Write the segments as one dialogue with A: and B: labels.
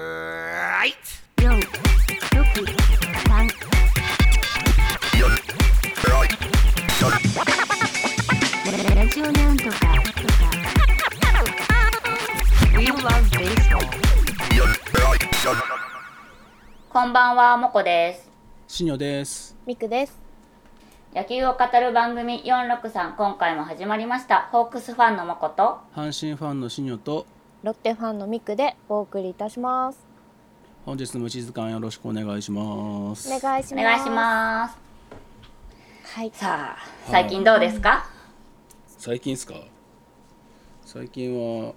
A: はい
B: 四、六、三、ラジオなんとかとか。We love baseball.
C: こんばんは、もこです。
D: しにょです。
E: ミクです。
C: 野球を語る番組463、今回も始まりました。ホークスファンのもこと、
D: 阪神ファンのしにょと
E: ロッテファンのミクでお送りいたします。
D: 本日の無時間よろしくお願いします。
E: お願いします。
C: お願いします。
E: す。はい。
C: さあ、最近どうですか
D: 最近ですか。最近は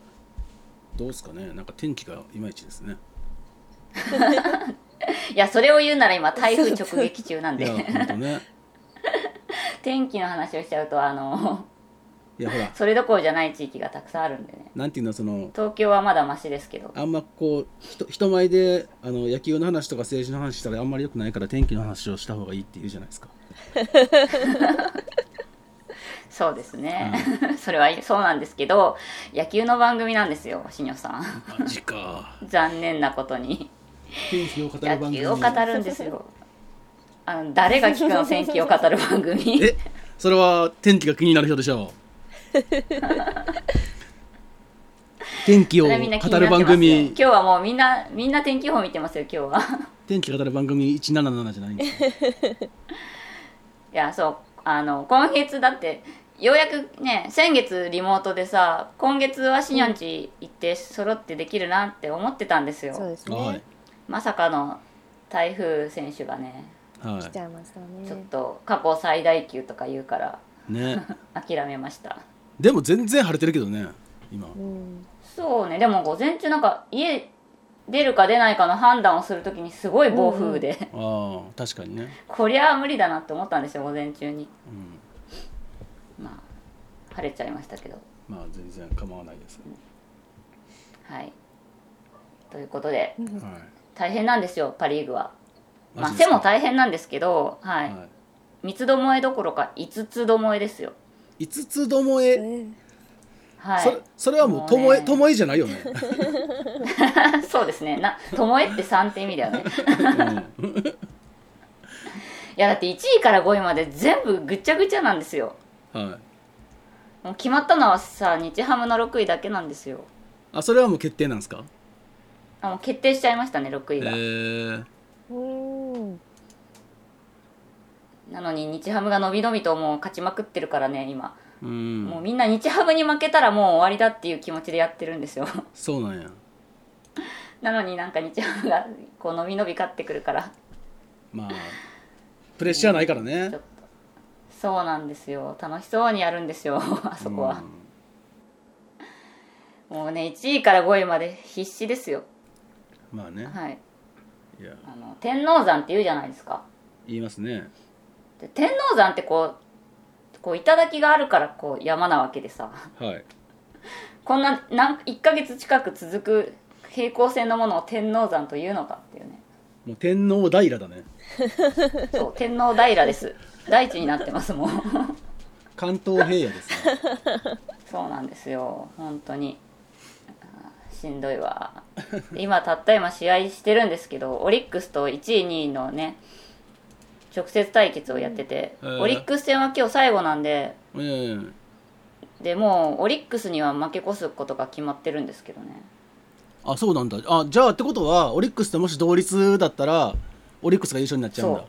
D: どうですかね。なんか天気がいまいちですね。
C: いや、それを言うなら今、台風直撃中なん
D: いや
C: で、
D: 本当ね。
C: 天気の話をしちゃうと、あの、
D: いやほら
C: それどころじゃない地域がたくさんあるんでね。
D: なんていうのその
C: 東京はまだマシですけど。
D: あんまこう人人前であの野球の話とか政治の話したらあんまり良くないから天気の話をした方がいいって言うじゃないですか。
C: そうですね。 それはそうなんですけど、野球の番組なんですよ、しにょさん。
D: マジか。
C: 残念なことに。
D: 天気を語る番
C: 野
D: 組。
C: 球を語るんですよ。あの誰が聞くの天気を語る番 組
D: え、それは天気が気になる人でしょ う。天気を
C: そ
D: 語
C: れみんな気になって
D: る
C: ます
D: 番
C: よ今
D: 組
C: 日、はもうみんなみんな天気予報見てますよ今日は
D: 天気語る番組一七七じゃないんですか。
C: いやそうあの今月だってようやくね先月リモートでさ今月はしにょんち行って揃ってできるなって思ってたんですよ、
E: そうですね。
D: はい
C: まさかの台風選手がね
E: 来ち
D: は
E: ゃいました
C: ちょっ
E: ね。
C: と過去最大級とか言うから
D: い。ね、
C: 諦めました
D: でも全然晴れてるけどね。今。
E: うん。
C: そうねでも午前中なんか家出るか出ないかの判断をするときにすごい暴風雨で、
D: ああ、確かにね。
C: こりゃ無理だなって思ったんですよ午前中に
D: うん。
C: まあ晴れちゃいましたけど
D: まあ全然構わないです。
C: はいということで
D: はい。
C: 大変なんですよパ・リーグは、まあ、
D: マジで
C: 背
D: すか
C: も大変なんですけど、はい
D: は
C: 三つどもえどころか五つどもえですよ
D: い。五つどもえ。
C: は
D: それ
C: い
D: それはも
C: も
D: う
C: う
D: ともえ
C: ね
D: ともえじゃないよね。
C: そうですねなともえって3って意味だよね
D: うん
C: いやだって1位から5位まで全部ぐちゃぐちゃなんですよ
D: はい。
C: もう決まったのはさ日ハムの6位だけなんですよ
D: あ、それはもう決定なんですか。
C: あもう決定しちゃいましたね6
D: ええ
C: 位が、
D: ー。
E: うん。
C: なのに日ハムが伸び伸びともう勝ちまくってるからね今
D: うん。
C: もうみんな日ハムに負けたらもう終わりだっていう気持ちでやってるんですよ
D: そうなんや。
C: なのになんか日ハムがこう伸び伸び勝ってくるから
D: まあプレッシャーないからね
C: ちょっ。とそうなんですよ楽しそうにやるんですよ あそこは、もうね1位から5位まで必死ですよ
D: うんまあね。
C: はい
D: いや
C: あの天王山って言うじゃないですか
D: 言いますね。
C: で天王山ってこうこう頂があるからこう山なわけでさ
D: はい。
C: こんななん1ヶ月近く続く平行線のものを天王山というのかっていうね
D: もう天皇平だね。
C: そう天王平です大地になってますもう
D: 関東平野ですね。
C: そうなんですよ本当にあーしんどいわ今たった今試合してるんですけどオリックスと1位2位のね直接対決をやってて、
D: うんえー
C: オリックス戦は今日最後なんで
D: ええ
C: でもうオリックスには負け越すことが決まってるんですけどね
D: あそうなんだ。あじゃあってことはオリックスともし同率だったらオリックスが優勝になっちゃうんだ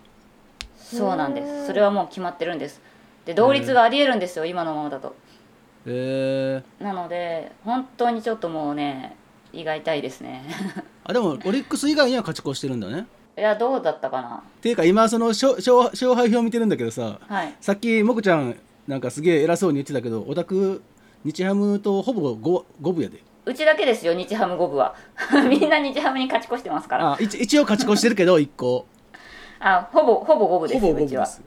C: そ。そうなんですそれはもう決まってるんですで同率がありえるんですよ今のままだと
D: ええ
C: なので本当にちょっともうね胃が痛いですね
D: あでもオリックス以外には勝ち越してるんだね。
C: いやどうだったかな
D: っていうか今その勝勝勝敗表見てるんだけどさ、
C: はい
D: さっきもくちゃんなんかすげえ偉そうに言ってたけど、オタク日ハムとほぼ五五分やで。
C: うちだけですよ、日ハム5部は。みんな日ハムに勝ち越してますから。あ
D: あ一一応勝ち越してるけど1個。
C: ほぼ、ほぼ5部で
D: ほ
C: すよ、
D: ぼ
C: う
D: 五
C: ち
D: 分で
C: は。
D: す。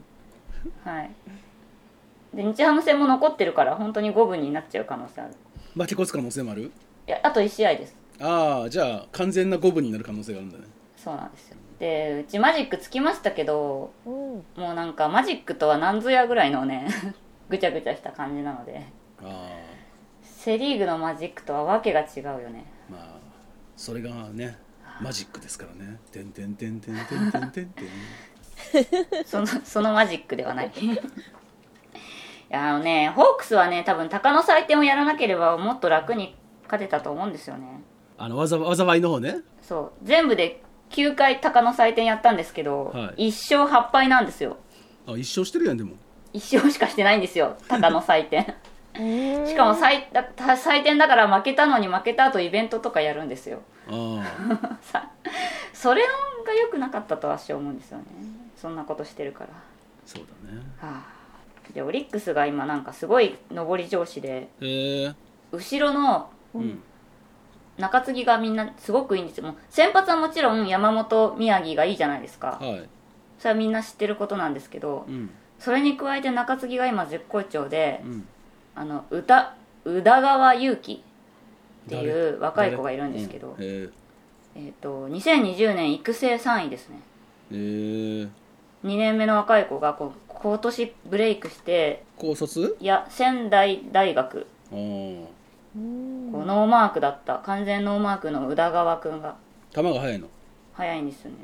C: はい。で、日ハム戦も残ってるから、本当に5部になっちゃう可能性ある。
D: 負け越す可能性もある
C: いや、あと1試合です。
D: ああじゃあ完全な五分になる可能性があるんだね
C: そうなんですよ。で、うちマジックつきましたけど、
E: うん。
C: もうなんかマジックとは何ぞやぐらいのね、 ぐちゃぐちゃした感じなので、
D: あ
C: セ・リーグのマジックとはわけが違うよね。
D: あまあそれがねマジックですからね。てんてんてんてんてんてんてんてん。
C: そのそのマジックではないいやあのねホークスはね多分鷹の祭典をやらなければもっと楽に勝てたと思うんですよね
D: あの、わざわざわいの方ね。
C: そう全部で9回鷹の祭典やったんですけど、
D: は
C: 1勝8敗なんですよ
D: あ、一生してるやん、でも。
C: 1勝しかしてないんですよ鷹の祭典
E: うん
C: しかも祭だ祭典だから負けたのに負けた後イベントとかやるんですよ
D: あ
C: さそれが良くなかったと私は思うんですよねそんなことしてるから
D: あ、そうだね。
C: はあ、でオリックスが今なんかすごい上り調子で
D: えー、
C: 後ろの
D: うん。
C: 中継ぎがみんなすごくいいんですよもう先発はもちろん山本宮城がいいじゃないですか
D: はい。
C: それはみんな知ってることなんですけど
D: うん。
C: それに加えて中継ぎが今絶好調で
D: うん。
C: あの歌宇田川優希っていう若い子がいるんですけど
D: 誰、うん
C: えー、と2020年育成3位ですね
D: えー、えー、
C: 2年目の若い子がこう今年ブレイクして
D: 高卒
C: いや仙台大学
D: ああ。
E: うん
C: こうノーマークだった完全ノーマークの宇田川くんが
D: 球が速いの。
C: 早いんですよね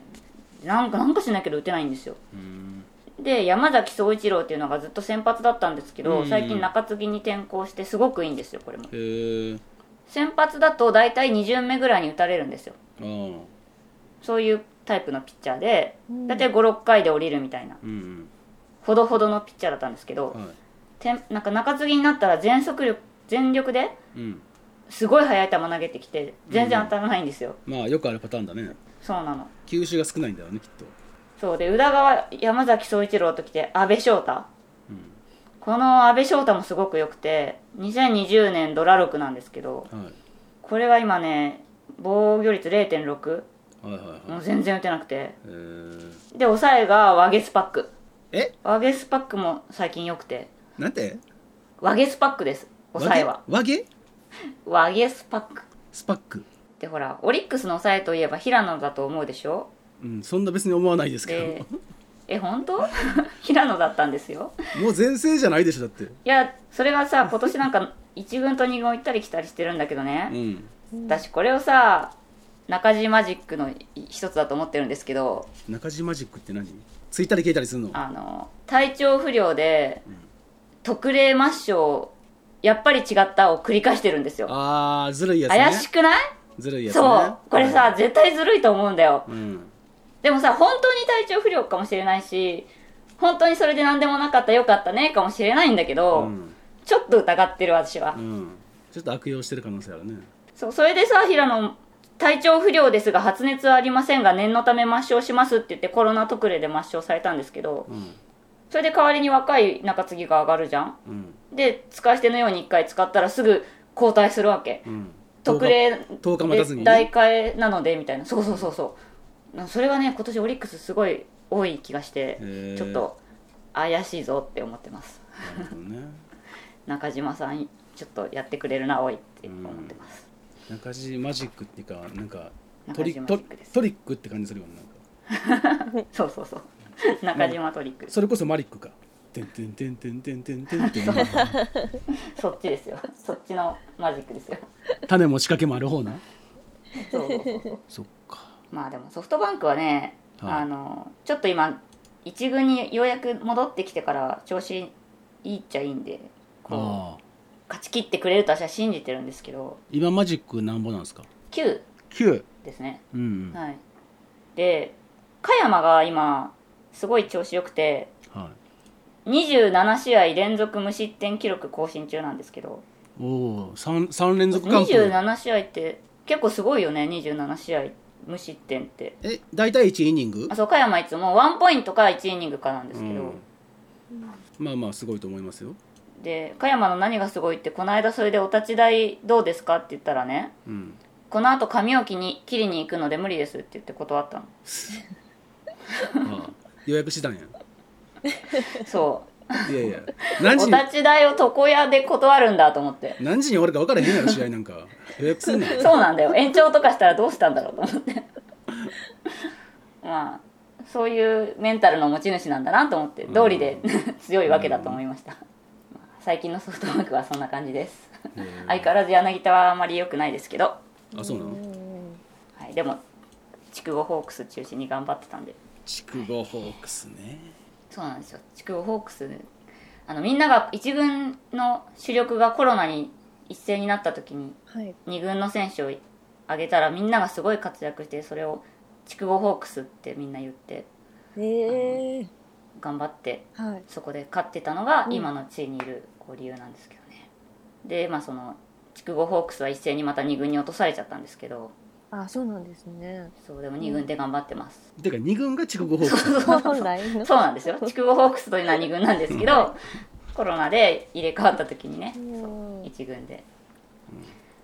C: なんかなんかしないけど打てないんですよ
D: うん。
C: で山崎総一郎っていうのがずっと先発だったんですけど、
D: うん
C: 最近中継ぎに転向してすごくいいんですよこれも
D: えー、
C: 先発だと大体2巡目ぐらいに打たれるんですよ
D: ああ。
C: そういうタイプのピッチャーで
E: うん
C: 大体56回で降りるみたいな
D: うん
C: ほどほどのピッチャーだったんですけ
D: う
C: ど
D: ん。はい。
C: てんなんか中継ぎになったら全速力全力で
D: うん。
C: すごい速い球投げてきて全然当たらないんですよ、
D: まあ、よくあるパターンだね。
C: そうなの
D: 球種が少ないんだよね、きっと。
C: そうで宇田川山崎総一郎ときて阿部翔太
D: うん。
C: この阿部翔太もすごく良くて2020年ドラ6なんですけど
D: はい。
C: これは今ね防御率0.6
D: はいはい
C: も
D: は
C: う
D: い。
C: 全然打てなくて
D: えー、
C: で抑えがワゲスパック
D: え
C: ワゲスパックも最近良くて
D: なんて
C: ワゲスパックです抑えは
D: 和毛
C: ワゲスパック
D: スパック。
C: でほらオリックスの抑えといえば平野だと思うでしょ
D: うん、そんな別に思わないですけ
C: でえ本当 平野だったんですよ
D: ど。 もう全盛じゃないでしょ、だって。
C: いやそれがさ今年なんか1軍と2軍行ったり来たりしてるんだけどね、
D: うん。
C: 私これをさ中地マジックの一つだと思ってるんですけど
D: 中島マジックって何ついたり消えたりするの
C: あの体調不良で
D: ん
C: 特例抹消やっぱり違ったを繰り返してるんですよ、
D: あー、ずるいやつね。
C: 怪しくない、
D: ずるいやつね。
C: そうこれさ絶対ずるいと思うんだよ
D: うん。
C: でもさ本当に体調不良かもしれないし本当にそれで何でもなかったよかったねかもしれないんだけ
D: う
C: ど、
D: ん。
C: ちょっと疑ってる私は、
D: うん。ちょっと悪用してる可能性あるね。
C: そうそれでさ平野体調不良ですが発熱はありませんが念のため抹消しますって言ってコロナ特例で抹消されたんですけど
D: うん。
C: それで代わりに若い中継ぎが上がるじゃん
D: うん。
C: で使い捨てのように1回使ったらすぐ交代するわけ
D: うん。
C: 特例
D: 10日待たず
C: で
D: にね
C: 代替えなのでみたいなそうそうそうそうなそれがね今年オリックスすごい多い気がして
D: へー
C: ちょっと怪しいぞって思ってます
D: なるほどね。
C: 中島さんちょっとやってくれるなおいって思ってます
D: 中島マジックっていうか、なんか、ト
C: 中
D: リ
C: 島
D: ト
C: マ
D: リ
C: ジックです
D: トリックって感じするよね。なんか
C: そうそうそう中島トリック
D: それこそマリックか。てんてんてんてんてんてんてんてん。
C: そっちです よそっちのマジックですよ
D: 種も仕掛けもある方な。
C: そうそうそうそう
D: そっか。
C: まあでもソフトバンクはね、
D: はい
C: あのちょっと今一軍にようやく戻ってきてから調子いいっちゃいいんでこ
D: ああ。
C: う勝ち切ってくれると私は信じてるんですけど
D: 今マジックなんぼなんですか。
C: 9
D: 九。
C: ですね、
D: うんうん。
C: はいで加山が今すごい調子良くて
D: は
C: 27試合連続無失点記録更新中なんですけど
D: い。おお、三三連続完封。
C: 27試合って結構すごいよね27試合無失点って
D: え、大体一イニング
C: あ。そう加山いつもワンポイントか1イニングかなんですけど、
D: うんまあまあすごいと思いますよ。
C: で加山の何がすごいってこの間それで「お立ち台どうですか?」って言ったらね
D: うん。
C: 「この後髪を切り切りに行くので無理です」って言って断ったの
D: ああ予約したんや。
C: そ
D: いやいや。
C: う
D: 何
C: お
D: 時に
C: 立ち台を床屋で断るんだと思って
D: 何時に終わるか分からへんやろ試合なんか。予約すんなよ。
C: そうなんだよ延長とかしたらどうしたんだろうと思ってまあそういうメンタルの持ち主なんだなと思って道理で 強いわけだと思いました、まあ最近のソフトバンクはそんな感じです
D: へー
C: 相変わらず柳田はあまり良くないですけど
D: あ、そうなの。
E: うん
C: はい、でも筑後ホークス中心に頑張ってたんで
D: 筑後ホークスね
C: そうなんですよ筑後ホークスあのみんなが一軍の主力がコロナに一斉になった時に
E: はい。
C: 2軍の選手を挙げたらみんながすごい活躍してそれを筑後ホークスってみんな言って
E: ええ
C: 頑張って
E: はい。
C: そこで勝ってたのが
E: うん
C: 今の地位にいるこう理由なんですけどね、でまあその筑後ホークスは一斉にまた2軍に落とされちゃったんですけど
E: あ、そうなんですね。
C: そうでも2軍で頑張ってます、
D: てか二軍が筑後ホークス
E: 本来の。
C: そうなんですよ筑後ホークスというのは2軍なんですけどコロナで入れ替わった時にね
E: うん
C: 1軍で、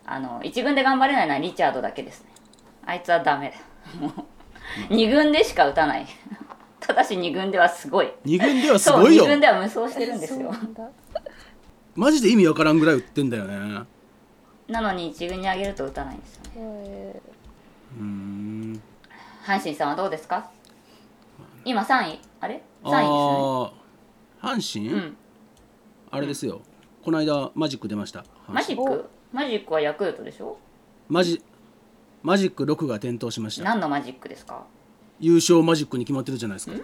C: あの1軍で頑張れないのはリチャードだけですねあいつはダメだもう2軍でしか打たないただし2軍ではすごい
D: 二軍ではすごいよ
C: そう2軍では無双してるんです
E: そう
C: よ
E: なんだ
D: マジで意味わからんぐらい売ってんだよね
C: なのに1軍に上げると打たないんですよね
E: え
D: うーん
C: 阪神さんはどうですか今3位あれ ?3
D: あ
C: 位
D: ー阪神、
C: ですねうん
D: あれですよこの間マジック出ました阪神
C: マジックマジックはヤクルトでしょ
D: マジマジック6が点灯しました
C: 何のマジックですか
D: 優勝マジックに決まってるじゃないですか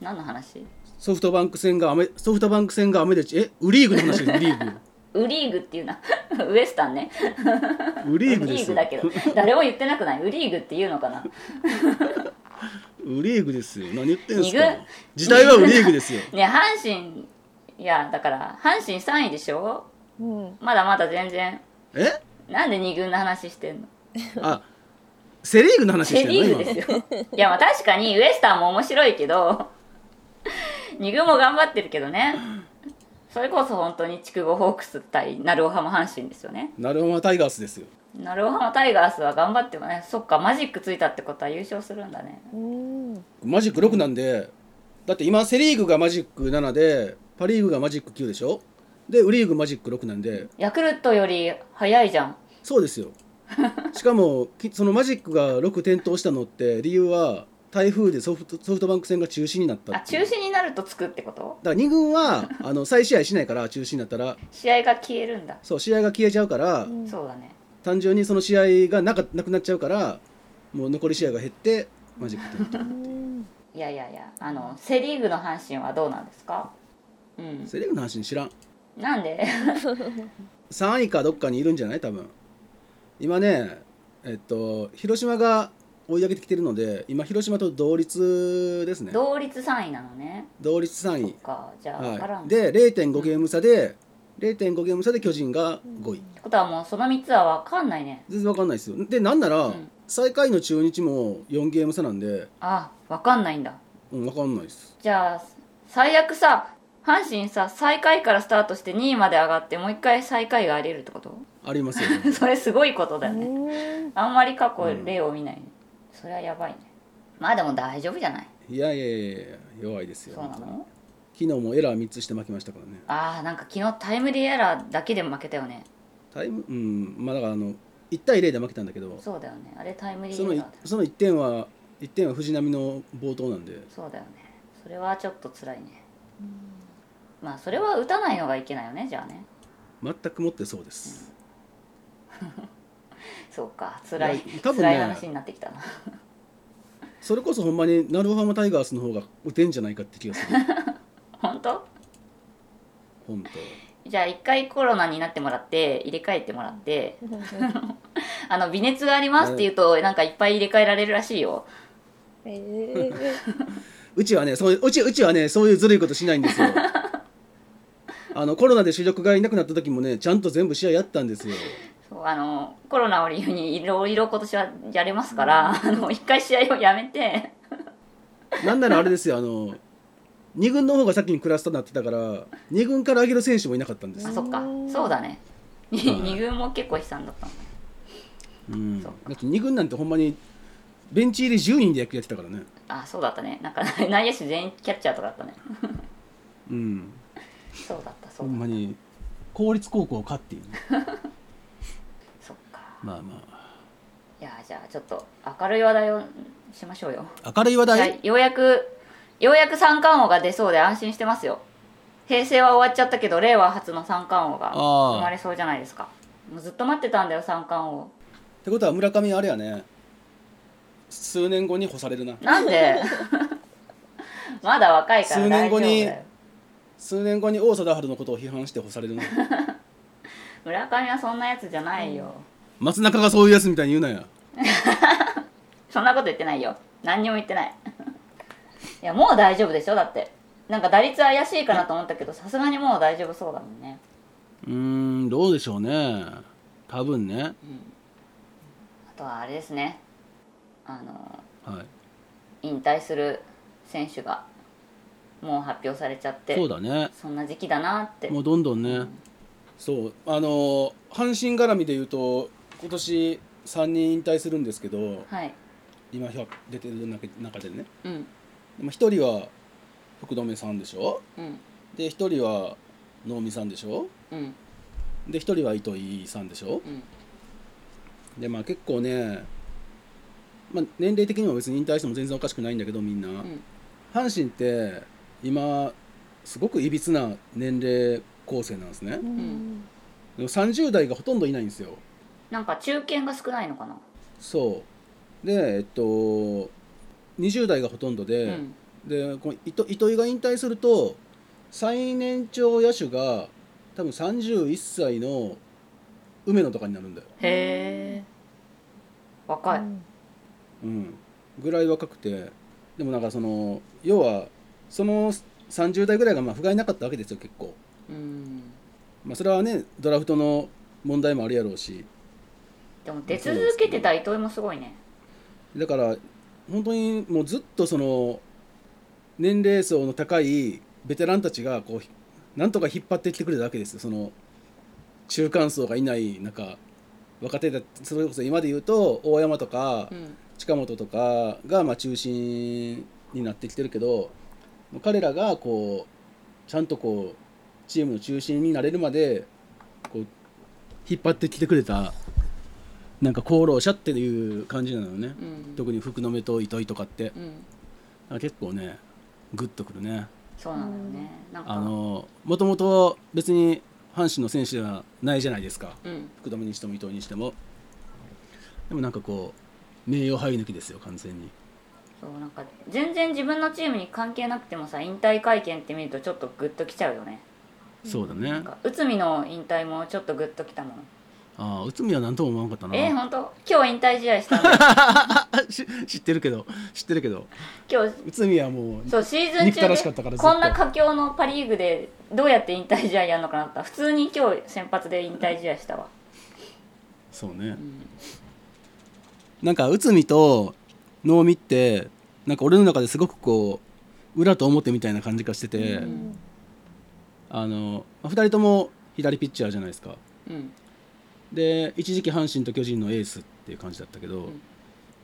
C: 何の話
D: ソフトバンク戦が雨ソフトバンク戦が雨でちえウリーグの話ですウリー
C: ウリーグっていうな ウエスタンね
D: グウリーグ
C: ウ
D: で
C: リー
D: す
C: グ
D: よ
C: だけど誰も言ってなくないウリーグっていうのかな
D: ウリーグですよ何言ってんすか
C: 二軍
D: 時代はウリーグですよ
C: ね阪神いやだから阪神3位でしょ
E: ーうん。
C: まだまだ全然
D: え
C: なんで2軍の話してんの
D: あセ・リーグの話して
C: セ・
D: る
C: リー
D: の今
C: グですよいやまあ確かにウエスタンも面白いけど2軍も頑張ってるけどねそれこそ本当に筑後ホークス対鳴尾浜阪神ですよね
D: なるほどタイガースですよ
C: 鳴尾浜タイガースは頑張ってもねそっかマジックついたってことは優勝するんだね
E: うん。
D: マジック6なんでだって今セ・リーグがマジック7でパ・リーグがマジック9でしょでウリーグマジック6なんで
C: ヤクルトより早いじゃん
D: そうで すよしかもきそのマジックが6点灯したのって理由は台風でソフトソフトバンク戦が中止になった
C: あ
D: って
C: 中
D: いう
C: 止になるとつくってこと
D: だから2軍はあの再試合しないから中止になったら
C: 試合が消えるんだ
D: そう試合が消えちゃうから、
E: うん
C: そうだね
D: 単純にその試合がなかなくなっちゃうからもう残り試合が減ってマジック点
E: う
D: 灯
E: ん
C: いやいやいやあのセ・リーグの阪神はどうなんですかうん
D: セ・リーグの話に知らん
C: なんで
D: 3位かどっかにいるんじゃない多分今ねえっと広島が追い上げてきてるので今広島と同率ですね
C: 同率3位なのね
D: 同率3位
C: そっかじゃあ分からん、
D: はい、
C: って
D: で0.5ゲーム差で、0.5ゲーム差で巨人が5位
C: ことはもうその3つは分かんないね
D: 全然わかんないですよでなんなら、
C: うん
D: 最下位の中日も4ゲーム差なんで、
C: あ分かんないんだ
D: うん、わかんないです
C: じゃあ最悪さ阪神さ最下位からスタートして2位まで上がってもう一回最下位があり得るってこと、
D: ありますよ、ね
C: それすごいことだよね
E: うん
C: あんまり過去
D: うん
C: 例を見ない、ねそれはやばいねまあでも大丈夫じゃない
D: いやいやいやいや弱いですよ
C: そうなの
D: 昨日もエラー3つして負けましたからね
C: ああなんか昨日タイムリーエラーだけで負けたよね
D: タイムうんまあだからあの1対0で負けたんだけど
C: そうだよねあれタイムリー
D: そ
C: エラ
D: の
C: ー
D: い
C: だ
D: その1点は1点は藤浪の冒頭なんで
C: そうだよねそれはちょっと辛いねまあそれは打たないのがいけないよねじゃあね
D: 全くもってそうです、
C: そうか辛い
D: いや多分ね
C: 辛い話になってきたな
D: それこそほんまに鳴尾浜タイガースの方が打てんじゃないかって気 がする
C: 本当
D: 本当
C: じゃあ一回コロナになってもらって入れ替えてもらって あの微熱がありますって言うとなんかいっぱい入れ替えられるらしいよ
E: ええ
D: うちはねそういううちうちはねそういうずるいことしないんですよあのコロナで主力がいなくなった時もねちゃんと全部試合やったんですよ
C: そうあのコロナを理由にいろいろ今年はやれますから、あの一回試合をやめて
D: なんならあれですよあの2軍の方が先にクラスターになってたから2軍から上げる選手もいなかったんです
C: あ
D: よ、
C: そっか
E: うん
C: そうだね
D: はい
C: 2軍も結構悲惨だったの
D: うん、だ
C: そっ
D: って2軍なんてほんまにベンチ入り10人で野球やってたからね
C: あそうだったねなんか 内野手全員キャッチャーとかだったね
D: うん
C: そうだったそ
D: ほ
C: うだ
D: ん
C: った
D: まに公立高校かっていう、
C: そっか
D: まあま
C: いやじゃあちょっと明るい話題をしましょうよ
D: あ明るい話題、
C: はいようやくようやく三冠王が出そうで安心してますよ平成は終わっちゃったけど令和初の三冠王が
D: あー
C: 生まれそうじゃないですかもうずっと待ってたんだよ三冠王
D: ってことは村上あれやね数年後に干されるな
C: なん でまだ若いから
D: 数
C: 大丈
D: 年後
C: 夫
D: に
C: だよ
D: 数年後に王貞治のことを批判して干さ れるな
C: 村上はそんなやつじゃないよ、
D: 松中がそういうやつみたいに言うなや
C: そんなこと言ってないよ何にも言ってない いやもう大丈夫でしょだってなんか打率怪しいかなと思ったけどさすがにもう大丈夫そうだもんね
D: うーんどうでしょうね多分ね
C: あとはあれですねあの
D: は
C: 引退する選手がもう発表されちゃっ
D: い
C: て
D: そうだね
C: そんな時期だなって
D: もうどんどんねそうあの阪神絡みで言うと今年3人引退するんですけど
C: はい
D: 今ひょ出てる中中でね
C: うん
D: まあ一人は福留さんでしょ
C: うん
D: で一人は能見さんでしょ
C: うん
D: で一人は糸井さんでしょ
C: うん
D: でまあ結構ね、まあ、年齢的にも別に引退しても全然おかしくないんだけどみんな、
C: ん
D: 阪神って今すごくいびつな年齢構成なんですね
E: うん
D: でも30代がほとんどいないんですよ
C: なんか中堅が少ないのかな、
D: そうでえっと20代がほとんどで、
C: うん
D: でこの糸糸井が引退すると最年長野手が多分31歳の梅野とかになるんだよ、
C: へえ若い、
D: うん、ぐらい若くてでもなんかその要はその30代ぐらいがまあ不甲斐なかったわけですよ結構、
C: うん、
D: まあ、それはねドラフトの問題もあるやろうし
C: でも出続けてた糸井もすごいね
D: だから本当にもうずっとその年齢層の高いベテランたちがこうひなんとか引っ張っていってくれたわけですよその中間層がいない中若手だそれこそ今で言うと大山とか
C: うん
D: 近本とかがまあ中心になってきてるけど彼らがこうちゃんとこうチームの中心になれるまでこう引っ張ってきてくれたなんか功労者っていう感じなのよね。
C: うん
D: 特に福留と糸井とかって
C: うん
D: 結構ねグッとくるね
C: そうなのよねなんか
D: あのもともと別に阪神の選手ではないじゃないですか
C: うん
D: 福留にしても糸井にしてもでもなんかこう名誉杯抜きですよ完全に
C: そうなんか全然自分のチームに関係なくてもさ引退会見って見るとちょっとグッときちゃうよね
D: そうだ
C: な
D: ね
C: んか内海の引退もちょっとグッときたもん
D: ああ内海は何とも思わなかったな
C: えー、本当今日引退試合 したんだよ
D: し 知ってるけど知ってるけど
C: 今日
D: 内海はもう
C: そうシーズン
D: 憎たらしか
C: 中
D: ったから
C: で
D: ずっと
C: こんな佳境のパ・リーグでどうやって引退試合やるのかなと思った普通に今日先発で引退試合したわ
D: そうね
C: うん
D: なんか内海と能見ってなんか俺の中ですごくこう裏と表みたいな感じがしてて、
C: うん
D: あの2人とも左ピッチャーじゃないですか
C: うん
D: で一時期阪神と巨人のエースっていう感じだったけど、
C: ん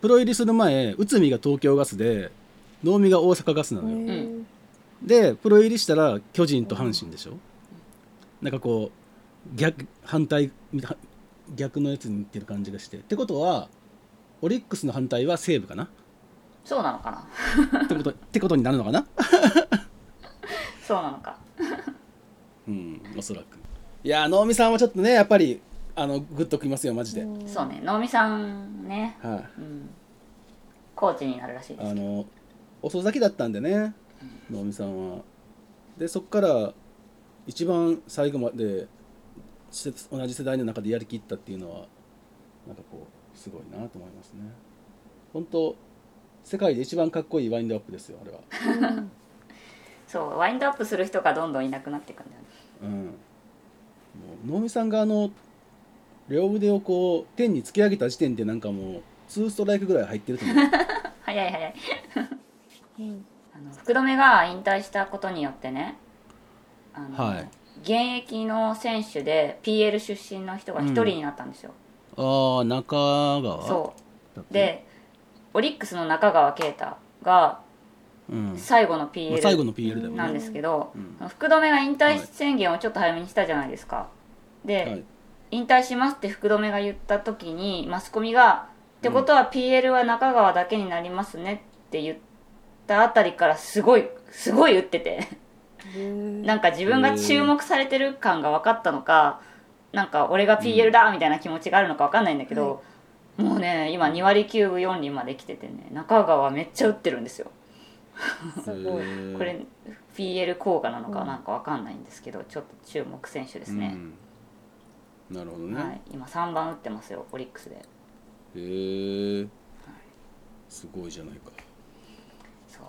D: プロ入りする前内海が東京ガスで能見が大阪ガスなのよ、
E: うん
D: でプロ入りしたら巨人と阪神でしょ、なんかこう逆反対は逆のやつにいってる感じがしてってことはオリックスの反対は西武かな
C: そうなのかな
D: ってことってことになるのかな
C: そうなのか
D: うんおそらくいやー能見さんはちょっとねやっぱりあのグッときますよマジで、
E: うん
C: そうね能見さんね、
D: は
C: う
D: い、
C: ん、コーチになるらしいです
D: あの遅咲きだったんでね能見さんは。でそこから一番最後までせ同じ世代の中でやりきったっていうのはなんかこうすごいなと思いますね。本当世界で一番かっこいいワインドアップですよあれは。
C: そうワインドアップする人がどんどんいなくなっていくんだよね
D: うん、もう能見さんがあの両腕をこう天に突き上げた時点でなんかもう2ストライクぐらい入ってると 思う。
C: 早い早い
E: うん
C: あの福留が引退したことによってねあの、
D: はい
C: 現役の選手で PL 出身の人が一人になったんですよ、
D: ああ中川
C: そう、でオリックスの中川圭太が
D: うん
C: 最後の
D: まあ最後
C: PL
D: の PL だよね。
C: なんですけど、
D: うん
C: 福留が引退宣言をちょっと早めにしたじゃないですか、で、
D: はい
C: 引退しますって福留が言った時にマスコミが「ってことは PL は中川だけになりますね」って言ったあたりからすごいすごい打ってて なんか自分が注目されてる感が分かったのかなんか俺が PL だみたいな気持ちがあるのか分かんないんだけど、もうね今2割9分4厘まで来ててね中川めっちゃ打ってるんですよ
E: すごい。
C: これ PL 効果なのか
E: うん
C: なんかわかんないんですけどちょっと注目選手で
D: です
C: ね、、
D: うんなるほどね、
C: はい、今3番打ってますよオリックスで
D: へえすごいじゃないか
C: そう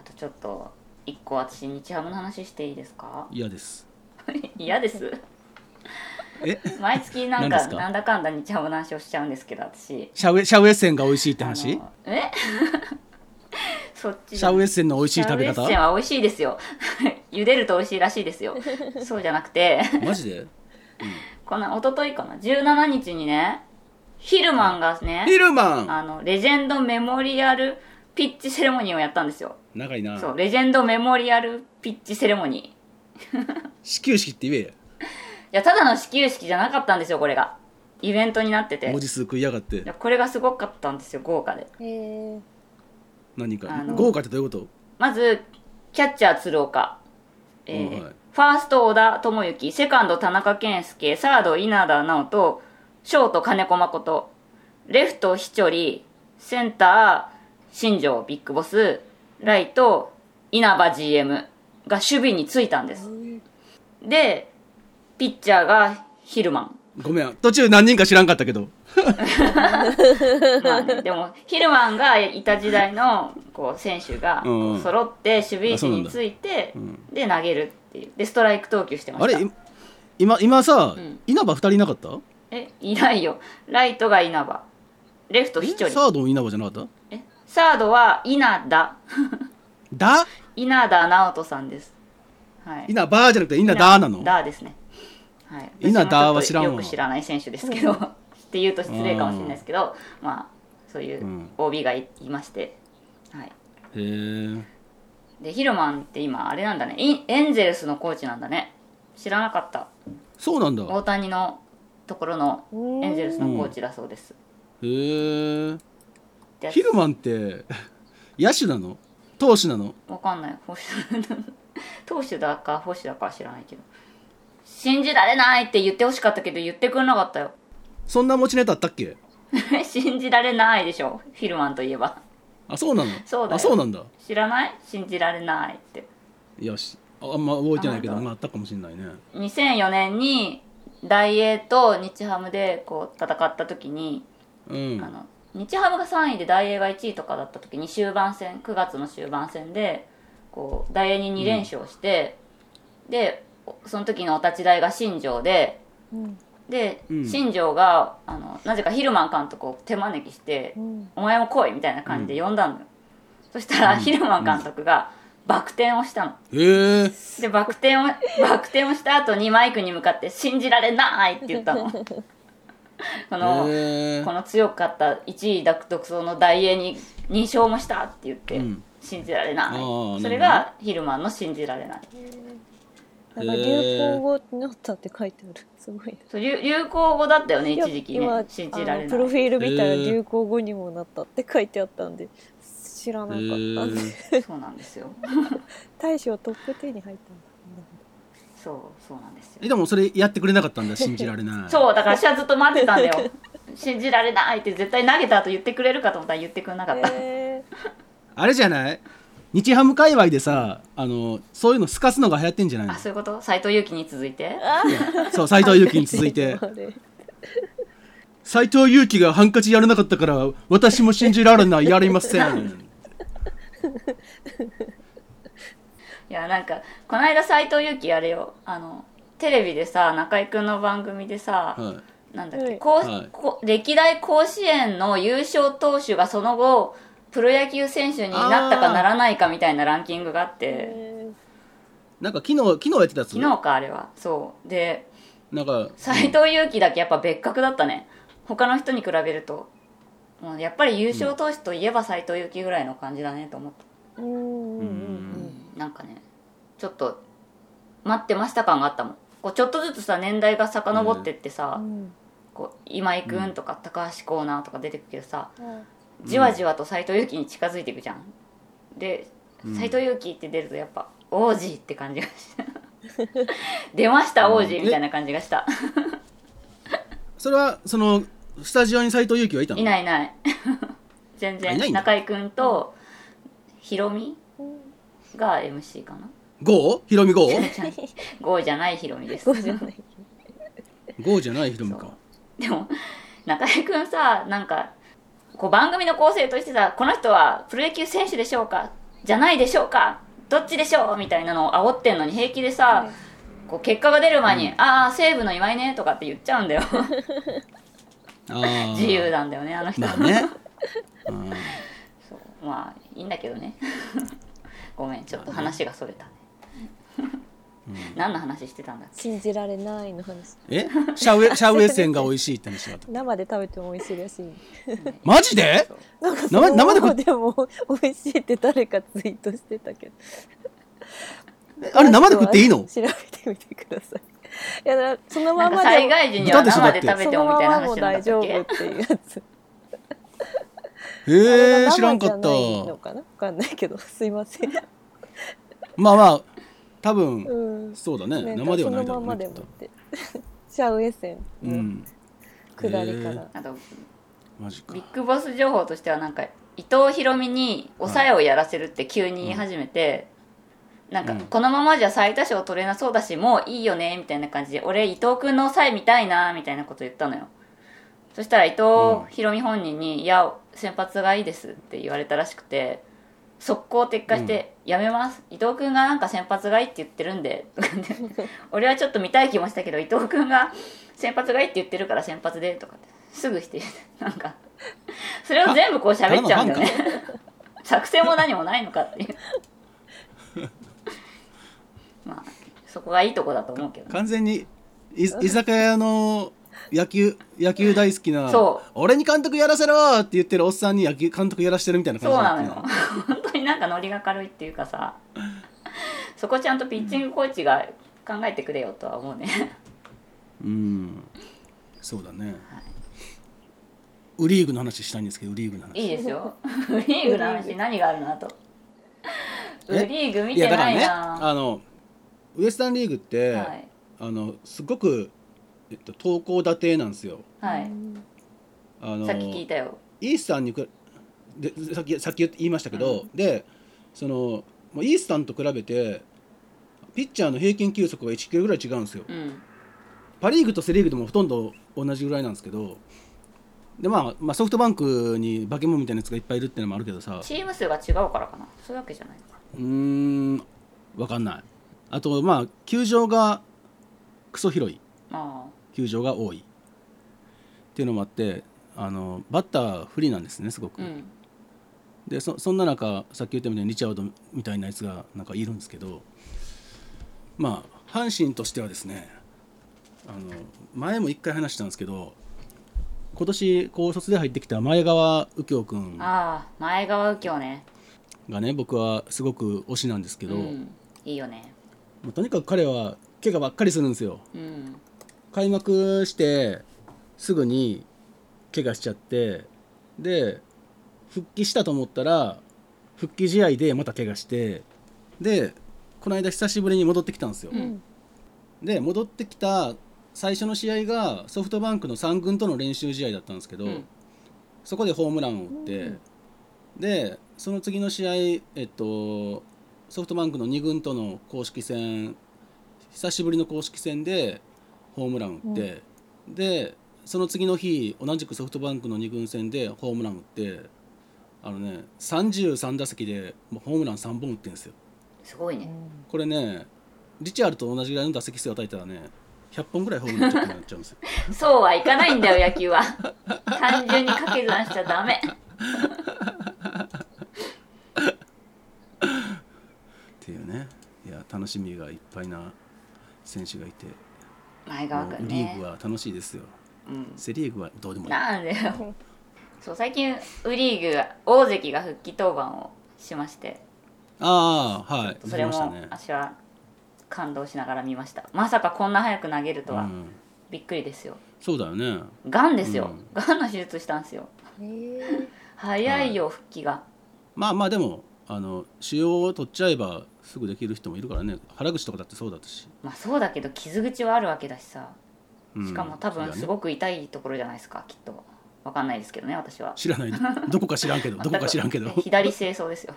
C: あとちょっと1個私日ハムの話していいですか
D: 嫌です
C: 嫌です
D: え
C: 毎月なん
D: 何で
C: か
D: すか
C: なんだかんだ日ハムの話をしちゃうんですけど私
D: シャウエシャウエッセンが美味しいって
C: あ
D: 話
C: のえ そっち
D: シ
C: じゃ
D: ャ
C: ない
D: ウエッセンの美味しい食べ
C: シャウエッセン
D: 方
C: は美味しいですよ 茹でると美味しいらしいですよそうじゃなくて
D: マジで
C: この一昨日かな17日にねヒルマンがね
D: ヒルマン
C: あのレジェンドメモリアルピッチセレモニーをやったんですよ
D: 長いな
C: そうレジェンドメモリアルピッチセレモニー
D: 始球式って言
C: いやただの始球式じゃなかったんですよこれがイベントになって
D: え
C: て
D: や文
C: い
D: 字数食いやがって
C: やこれがすごかったんですよ豪華で
E: えー、
D: 何か
C: あの
D: 豪華ってどういうこと
C: まずキャッチャー鶴岡、えー
D: はい
C: ファースト小田智之セカンド田中健介サード稲田直人ショート金子誠レフト飛距離センター新庄ビッグボスライト稲葉 GM が守備についたんですでピッチャーがヒルマン
D: ごめん途中何人か知らんかったけど
C: まあ ね、でもヒルマンがいた時代のこう選手が
D: う
C: こ
D: ん
C: う揃って守備位
D: あそ
C: 置
D: うなん
C: に
D: だ
C: ついて
D: うん
C: で投げるっていうでストライク投球してました
D: あれい今今さ
C: うん
D: 稲葉二人いなかった
C: えいないよライトが稲葉レフト飛距
D: え
C: 離
D: サードも稲葉じゃなかっ
C: えサードは稲田
D: ただ
C: 稲田直人さんですはい
D: 稲葉じゃなくて稲田なの
C: ダーですねはい
D: 稲田は
C: 私もちょっとよく知らない選手ですけど って言うと失礼かもしれないですけどまあそういううん OB がいいましてはい
D: へえ
C: でヒルマンって今あれなんだねインエンゼルスのコーチなんだね知らなかった
D: そうなんだ
C: 大谷のところのエンゼルスのコーチだそうです、
D: へえ
C: で
D: ヒルマンって野手なの投手なの
C: わかんない 保守投手だか保守だかは知らないけど信じられないって言ってほしかったけど言ってくれなかったよ
D: そんな持ちネタあったっけ
C: 信じられないでしょヒルマンといえば
D: あそうなの
C: そうだよ
D: あそうなんだ
C: 知らない信じられないって
D: よしああんま覚えてないけど
C: あ
D: あ,、
C: 本当
D: まあ、あったかもしれないね
C: 2004年に大英と日ハムでこう戦った時に
D: うん
C: あの日ハムが3位で大英が1位とかだった時に終盤戦9月の終盤戦でこう大英に2連勝して、でおその時のお立ち台が新庄で
E: うん
C: で、
D: うん
C: 新庄があのなぜかヒルマン監督を手招きして
E: うん
C: 「お前も来い」みたいな感じで呼んだのよ、そしたら、ヒルマン監督がバク転をしたの
D: へえ
C: でバク転をバク転をした後にマイクに向かって「信じられない!」って言った のこの、
D: へえ
C: この強かった1位独走の大英に2勝もしたって言って、
D: うん
C: 信じられな
D: あー
C: いそれ
D: なる
C: がヒルマンの信じられない
E: なんか流行語になったって書いてある。すごい。
C: そう流流行語だったよね一時期
E: いや
C: ね信じら
E: あ
C: れな
E: のプロフ
C: い
E: ィール見たら
D: へー
E: 流行語にもなったって書いてあったんで、知らなかったんで。
C: そうなんですよ
E: 大賞トップ10に入ったんだ。
C: そうそうなんですよ
D: えでもそれやってくれなかったんだ信じられ ない
C: そうだから私はずっと待ってたんだ よ信じられないって絶対投げた後言ってくれるかと思ったら言ってくれなかった、
E: え
D: あれじゃない日ハム界隈でさあのそういうのすかすのが流行ってんじゃないの
C: あそういうこと斎藤佑樹に続いて
D: そう斎藤佑樹に続い て
E: ー、あれ
D: 斎藤佑樹がハンカチやらなかったから私も信じられないやりませ ん
C: いやなんかこの間斎藤佑樹あれよあのテレビでさ中居君の番組でさ、
D: は
C: なんだっけ、
E: はい
C: こう
D: はい
C: こ歴代甲子園の優勝投手がその後プロ野球選手になった
D: あ
C: か
D: ー
C: ならないかみたいなランキングがあって
E: え
D: いなんか昨日昨日やってたやつ
C: 昨日かあれはそうで
D: なんか
C: 斎藤佑樹だけやっぱ別格だったね他の人に比べるともうやっぱり優勝投手といえば斎藤佑樹ぐらいの感じだねと思った、
E: ーうんうん
D: うん
C: なんかねちょっと待ってました感があったもんこうちょっとずつさ年代が遡ってって
E: う
C: さ、
E: ん
C: こう今井君とか高橋光成とか出てくるけどさ、
E: うん。
C: じわじわと斎藤佑樹に近づいていくじゃんで
D: うん
C: 斎藤佑樹って出るとやっぱ王子って感じがした 出ました王子みたいな感じがした
D: それはそのスタジオに斎藤佑樹はいたの
C: いないいない 全
D: あいない
C: 然
D: んだ
C: 中居君とヒロミが MC かな
D: ?GO? ヒロミ GO?
C: ゴーじゃないヒロミです
E: こうじゃない。
D: ゴーじゃないヒロミか。
C: でも中居君さなんかこう番組の構成としてさこの人はプロ野球選手でしょうかじゃないでしょうかどっちでしょうみたいなのを煽ってんのに平気でさ、こう結果が出る前に「ああ西武の今井ね」とかって言っちゃうんだよ
D: あー
C: 自由なんだよねあの人
D: まあね。うん
C: そうまあいいんだけどね ごめんちょっと話がそれたね何の話してたんだっけ
E: 信じられないの話。
D: えシャウ エシャウエッセンが美味しいって話があった。
E: 生で食べても美味しいらしい。
D: マジで
E: なんかそ
D: 生
E: の
D: 生で食う
E: でも美味しいって誰かツイートしてたけど。
D: あれ生で食っていいの
E: 調べてみてください。いやだその
C: な
E: ま
C: ん
E: ま
C: か
E: で
C: 災害時には生で食べ
E: そ
C: て
E: の
C: もみたい
E: ま
C: な
E: ま
C: 話
E: も
C: じゃなかった
E: 大丈
C: っ
E: 夫っ
C: け
E: ていうやつ。
D: へえ
E: あ
D: 知らん
E: れが
D: かっ
E: 生じゃ
D: た
E: ないのかな。わかんないけど、 すいません。
D: まあまあ多分、
E: うん。
D: そうだね
E: なん
D: 生
E: か
D: ではないだろう
E: そのまま
D: ね
E: で
D: き
E: も
D: っ
E: っ
D: と
E: て。シャウエッセ
D: う
E: ンの
D: ん
E: 下りから。
C: あと
D: マジか
C: ビッグボス情報としてはなんか伊藤博美に抑えをやらせるって急に言い始めて、なんか
D: うん
C: このままじゃ最多勝取れなそうだしもういいよねみたいな感じで俺伊藤君の抑え見たいなみたいなこと言ったのよそしたら伊藤博美本人に「いや先発がいいです」って言われたらしくて速攻撤回して「やめます、伊藤君がなんか先発がいいって言ってるんで」とかって俺はちょっと見たい気もしたけど伊藤君が先発がいいって言ってるから先発でとかってすぐ否定してなんかそれを全部こう喋っちゃうんだよね作戦も何もないのかっていうまあそこがいいとこだと思うけどね
D: 完全にい居酒屋の野球野球大好きな
C: そう
D: 俺に監督やらせろーって言ってるおっさんに野球監督やらしてるみたいな感
C: そ
D: じ
C: う
D: に
C: なの
D: ってる
C: よ本当になんかノリが軽いっていうかさそこちゃんとピッチングコーチが考えてくれよとは思うね
D: うんそうだね、ウリーグの話したいんですけどウリーグの話
C: いいです よウリーグの話何があるなとウ
D: え
C: リーグ見
D: いや
C: て
D: だか
C: な
D: ら
C: い
D: ね
C: な
D: あのウエスタンリーグって、
C: はい
D: あのすごく、えっと、投高打低なんですよ
C: はい、
D: あの
C: さっき聞いたよ
D: イースタンにくでさっきさっき言いましたけど、でそのまあイースタンと比べてピッチャーの平均球速が1キロぐらい違うんですよ
C: うん
D: パ・リーグとセ・リーグでもほとんど同じぐらいなんですけどで、まあ、まあソフトバンクに化け物みたいなやつがいっぱいいるってのもあるけどさ
C: チーム数が違うからかなそういうわけじゃないのか
D: うーん分かんないあとまあ球場がクソ広い
C: あ
D: 球場が多いっていうのもあってあのバッター不利なんですねすごく。
C: あうん
D: でそそんな中さっき言ったみたいにリチャードみたいなやつがなんかいるんですけどまあ阪神としてはですねあの前も一回話したんですけど今年高卒で入ってきた前川右京君
C: ああ前川右京ね
D: がね僕はすごく推しなんですけど、
C: うんいいよね
D: もうとにかく彼は怪我ばっかりするんですよ
C: うん
D: 開幕してすぐに怪我しちゃってで復帰したと思ったら復帰試合でまた怪我してでこの間久しぶりに戻ってきたんですよ、
C: うん
D: で戻ってきた最初の試合がソフトバンクの3軍との練習試合だったんですけど、
C: うん
D: そこでホームランを打って、でその次の試合、えっと、ソフトバンクの2軍との公式戦久しぶりの公式戦でホームラン打って、でその次の日同じくソフトバンクの2軍戦でホームラン打ってあのね33打席でもうホームラン3本打ってるんですよ。
C: すごいね
D: これねリチャールと同じぐらいの打席数を与えたらね100本ぐらいホームラン打っちゃってなっちゃうんですよ。
C: そうはいかないんだよ野球は単純に掛け算しちゃダメ
D: っていうねいや楽しみがいっぱいな選手がいて、
C: 前川
D: もう
C: 君
D: リー
C: ね
D: グは楽しいですよ。
C: うん
D: セ・リーグはどうでもいい。
C: なんでよそう最近ウリーグが大関が復帰登板をしまして
D: ああはい
C: それ
D: 見ました
C: も
D: ね
C: 私は感動しながら見ましたまさかこんな早く投げると
D: う
C: は
D: ん
C: びっくりですよ
D: そうだよね
C: がんですよ
D: うん
C: がんの手術したんですよ
E: え
C: 早いよ復帰が
D: まあまあでもあの腫瘍を取っちゃえばすぐできる人もいるからね原口とかだってそうだったし
C: まあそうだけど傷口はあるわけだしさ
D: うん
C: しかも多分
D: そうだね
C: すごく痛いところじゃないですかきっとわかんないですけどね私は
D: 知らない どこか知らんけどどこか知らんけど
C: 全く 左清掃ですよ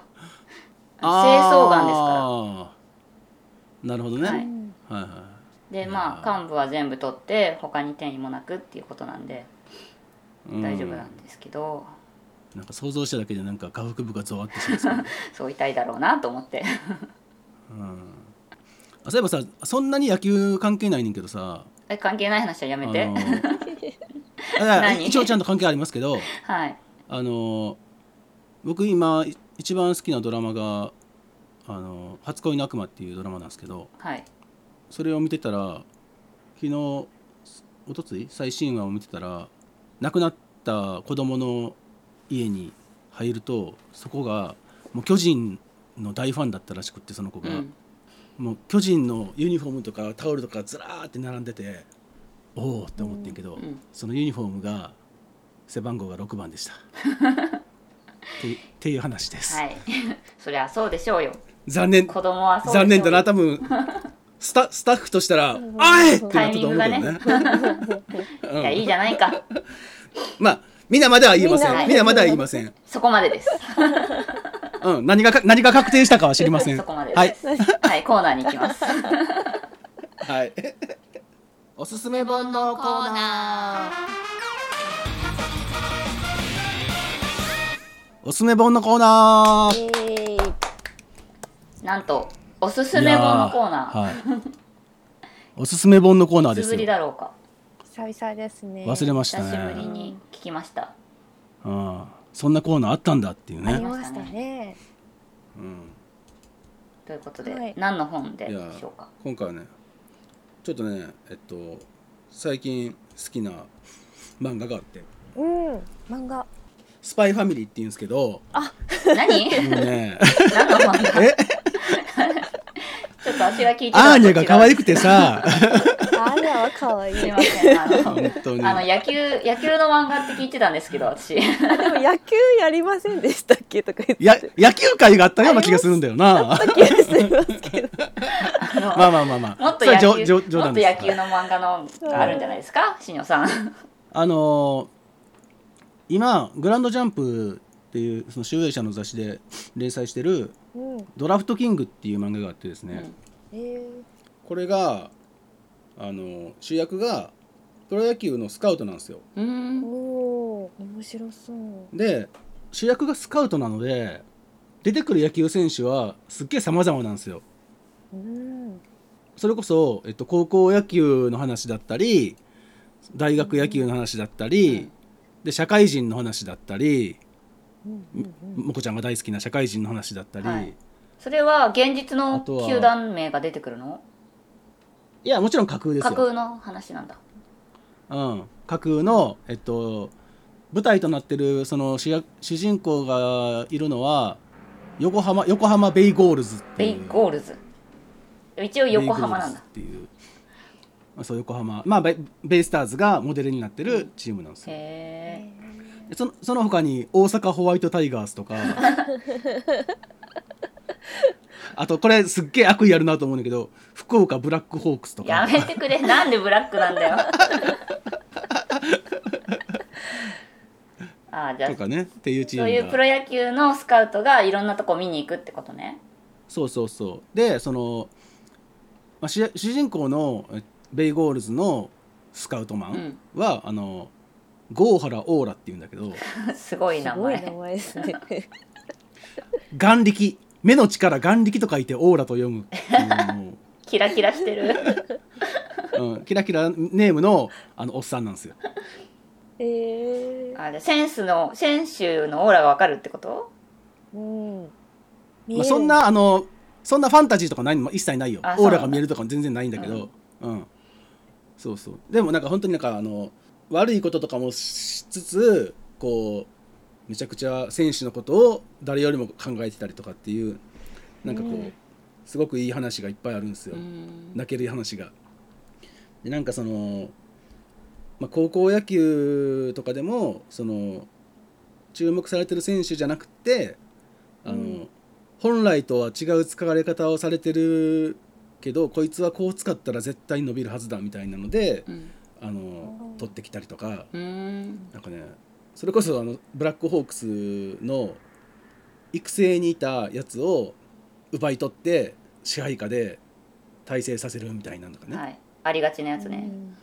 C: 清
D: あー
C: 掃眼ですか
D: なるほどね、
C: は
D: はいい、はい
C: らで
D: あ
C: ま
D: ー
C: あ幹部は全部取って他に転移もなくっていうことなんで
D: うん
C: 大丈夫なんですけど、
D: なんか想像しただけでなんか下腹部がゾワってします、ね
C: そう痛いだろうなと思って
D: うん、あそういえばさそんなに野球関係ないねんけどさ
C: え関係ない話はやめて
D: あのあ
C: 何
D: 一応ちゃんと関係ありますけど
C: はい
D: あの僕今い一番好きなドラマが「あの初恋の悪魔」っていうドラマなんですけど
C: はい
D: それを見てたら昨日一昨日最新話を見てたら亡くなった子供の家に入るとそこがもう巨人の大ファンだったらしくってその子
C: う
D: が、
C: ん
D: もう巨人のユニフォームとかタオルとかずらーって並んでておおって思ってんけど、
C: うん
D: そのユニフォームが背番号が6番 でした。ってっていう話です、
C: はい そりゃそうでしょうよ
D: 残念
C: 子供はそうでしょうよ
D: 残念だな 多分スタスタッフとしたら「おい!」ってなったと思うけど ね
C: いやいいじゃないか
D: まあみんなまでは言いませ
E: みん
D: ん
E: な
D: みんなまでは言いません、
C: そこまでです
D: うん、何がか何が確定したかは知りません
C: そこまで
D: は
C: で
D: い
C: す、はいコーナーに行きます
D: はいおすすめ本のコーナーおすすめ本のコーナー
E: イエーイ
C: なんとおすすめ本のコーナー
D: いやーはい、おすすめ本のコーナーで
C: 久し
D: す
C: ぶり
D: よ
C: だろうか
E: 久々ですね
D: 忘れました
C: 久しぶり
D: ね
C: に聞きました
D: うんそんなコーナーあったんだっていう
E: あり
D: ね、
E: ましたね
D: うん、
C: ということで、
E: はい
C: 何の本で
D: い
C: し
D: や
C: ょうか
D: 今回はねちょっとねえっと最近好きな漫画があって
E: うん漫画
D: 「スパイファミリー」って言うんですけども
C: 何
D: う ね
C: 何の本だ
D: え
C: ちょっと私が聞いてたのと
D: アーニャ
C: 違
D: が
C: う
D: 可愛くてさ
E: あれは可愛い
C: すいませんあの
D: 本当に
C: あの野球野球の漫画って聞いてたんですけど 私
E: あでも野球やりませんでしたっけとか言って
D: や野球界があったような気がするんだよな
E: 気がしますけど
C: あの
D: まあまあまあまあ
C: もっと野
D: それは冗
C: 球
D: 冗冗
C: もっと
D: 談です
C: 野球の漫画のがあるんじゃないですか新野さん
D: あのー今「グランドジャンプ」っていうその集英社の雑誌で連載してる
E: うん
D: 「ドラフトキング」っていう漫画があってですね、
C: うん
E: えー
D: これがあの主役がプロ野球のスカウトなんですよ
C: うーん
E: おー面白そう
D: で主役がスカウトなので出てくる野球選手はすっげえ様々なんですよ
E: うん
D: それこそ、えっと、高校野球の話だったり大学野球の話だったり、
C: うん
D: で社会人の話だったり
E: うんうんうん
D: もこちゃんが大好きな社会人の話だったり、
C: はい
D: い、
C: それは現実
D: あ
C: の
D: とは
C: 球団名が出てくるの
D: やもちろん架空です
C: 架
D: よ
C: 空の話なんだ
D: うん、架空の、えっと、舞台となってるその主役主人公がいるのは横浜横浜ベイゴールズって
C: ベ
D: いう
C: イゴールズ一応横浜なんだ
D: ベイゴールズっていうまあそう横浜まあベイベイスターズがモデルになってるチームなんですよ、
C: へえ
D: でそのその他に大阪ホワイトタイガースと かあとこれすっげえ悪意あるなと思うんだけど福岡ブラックホークスとか
C: やめてくれなんでブラックなんだ よああじゃあ
D: とかねっていうチー
C: そう
D: ム
C: い
D: が
C: うプロ野球のスカウトがいろんなとこ見に行くってことね
D: そうそうそうでその、まあ、主主人公のえベイゴールズのスカウトマンは、あの郷原オーラっていうんだけど
C: すごい名
E: すごい
C: 前
E: 名前です ね
D: 眼力目の力眼力と書いてオーラと読むっていうのを
C: キラキラしてる
D: うん、キラキラネームのあのおっさんなんですよ
E: えー
C: あじゃあセンスの選手のオーラがわかるってこと
E: うん
D: ま
E: 見える
D: あ、そんなあのそんなファンタジーとかないのも一切ないよ
C: あ
D: オー
C: そうな
D: ラ
C: んだ
D: が見えるとかも全然ないんだけど、うんそうそうでもなんか本当になんかあの悪いこととかもしつつこうめちゃくちゃ選手のことを誰よりも考えてたりとかっていうなんかこう、
E: うん
D: すごくいい話がいっぱいあるんですよ、
C: うん
D: 泣ける話が。でなんかその、まあ、高校野球とかでもその注目されてる選手じゃなくてあの、
E: うん
D: 本来とは違う使われ方をされてるけどこいつはこう使ったら絶対伸びるはずだみたいなので
C: うん
D: ああの取ってきたりとか
C: うーん
D: なんかねそれこそあのブラックホークスの育成にいたやつを奪い取って支配下で大成させるみたいなのとかね、
C: はいありがちなやつ
E: う
C: ね
E: ん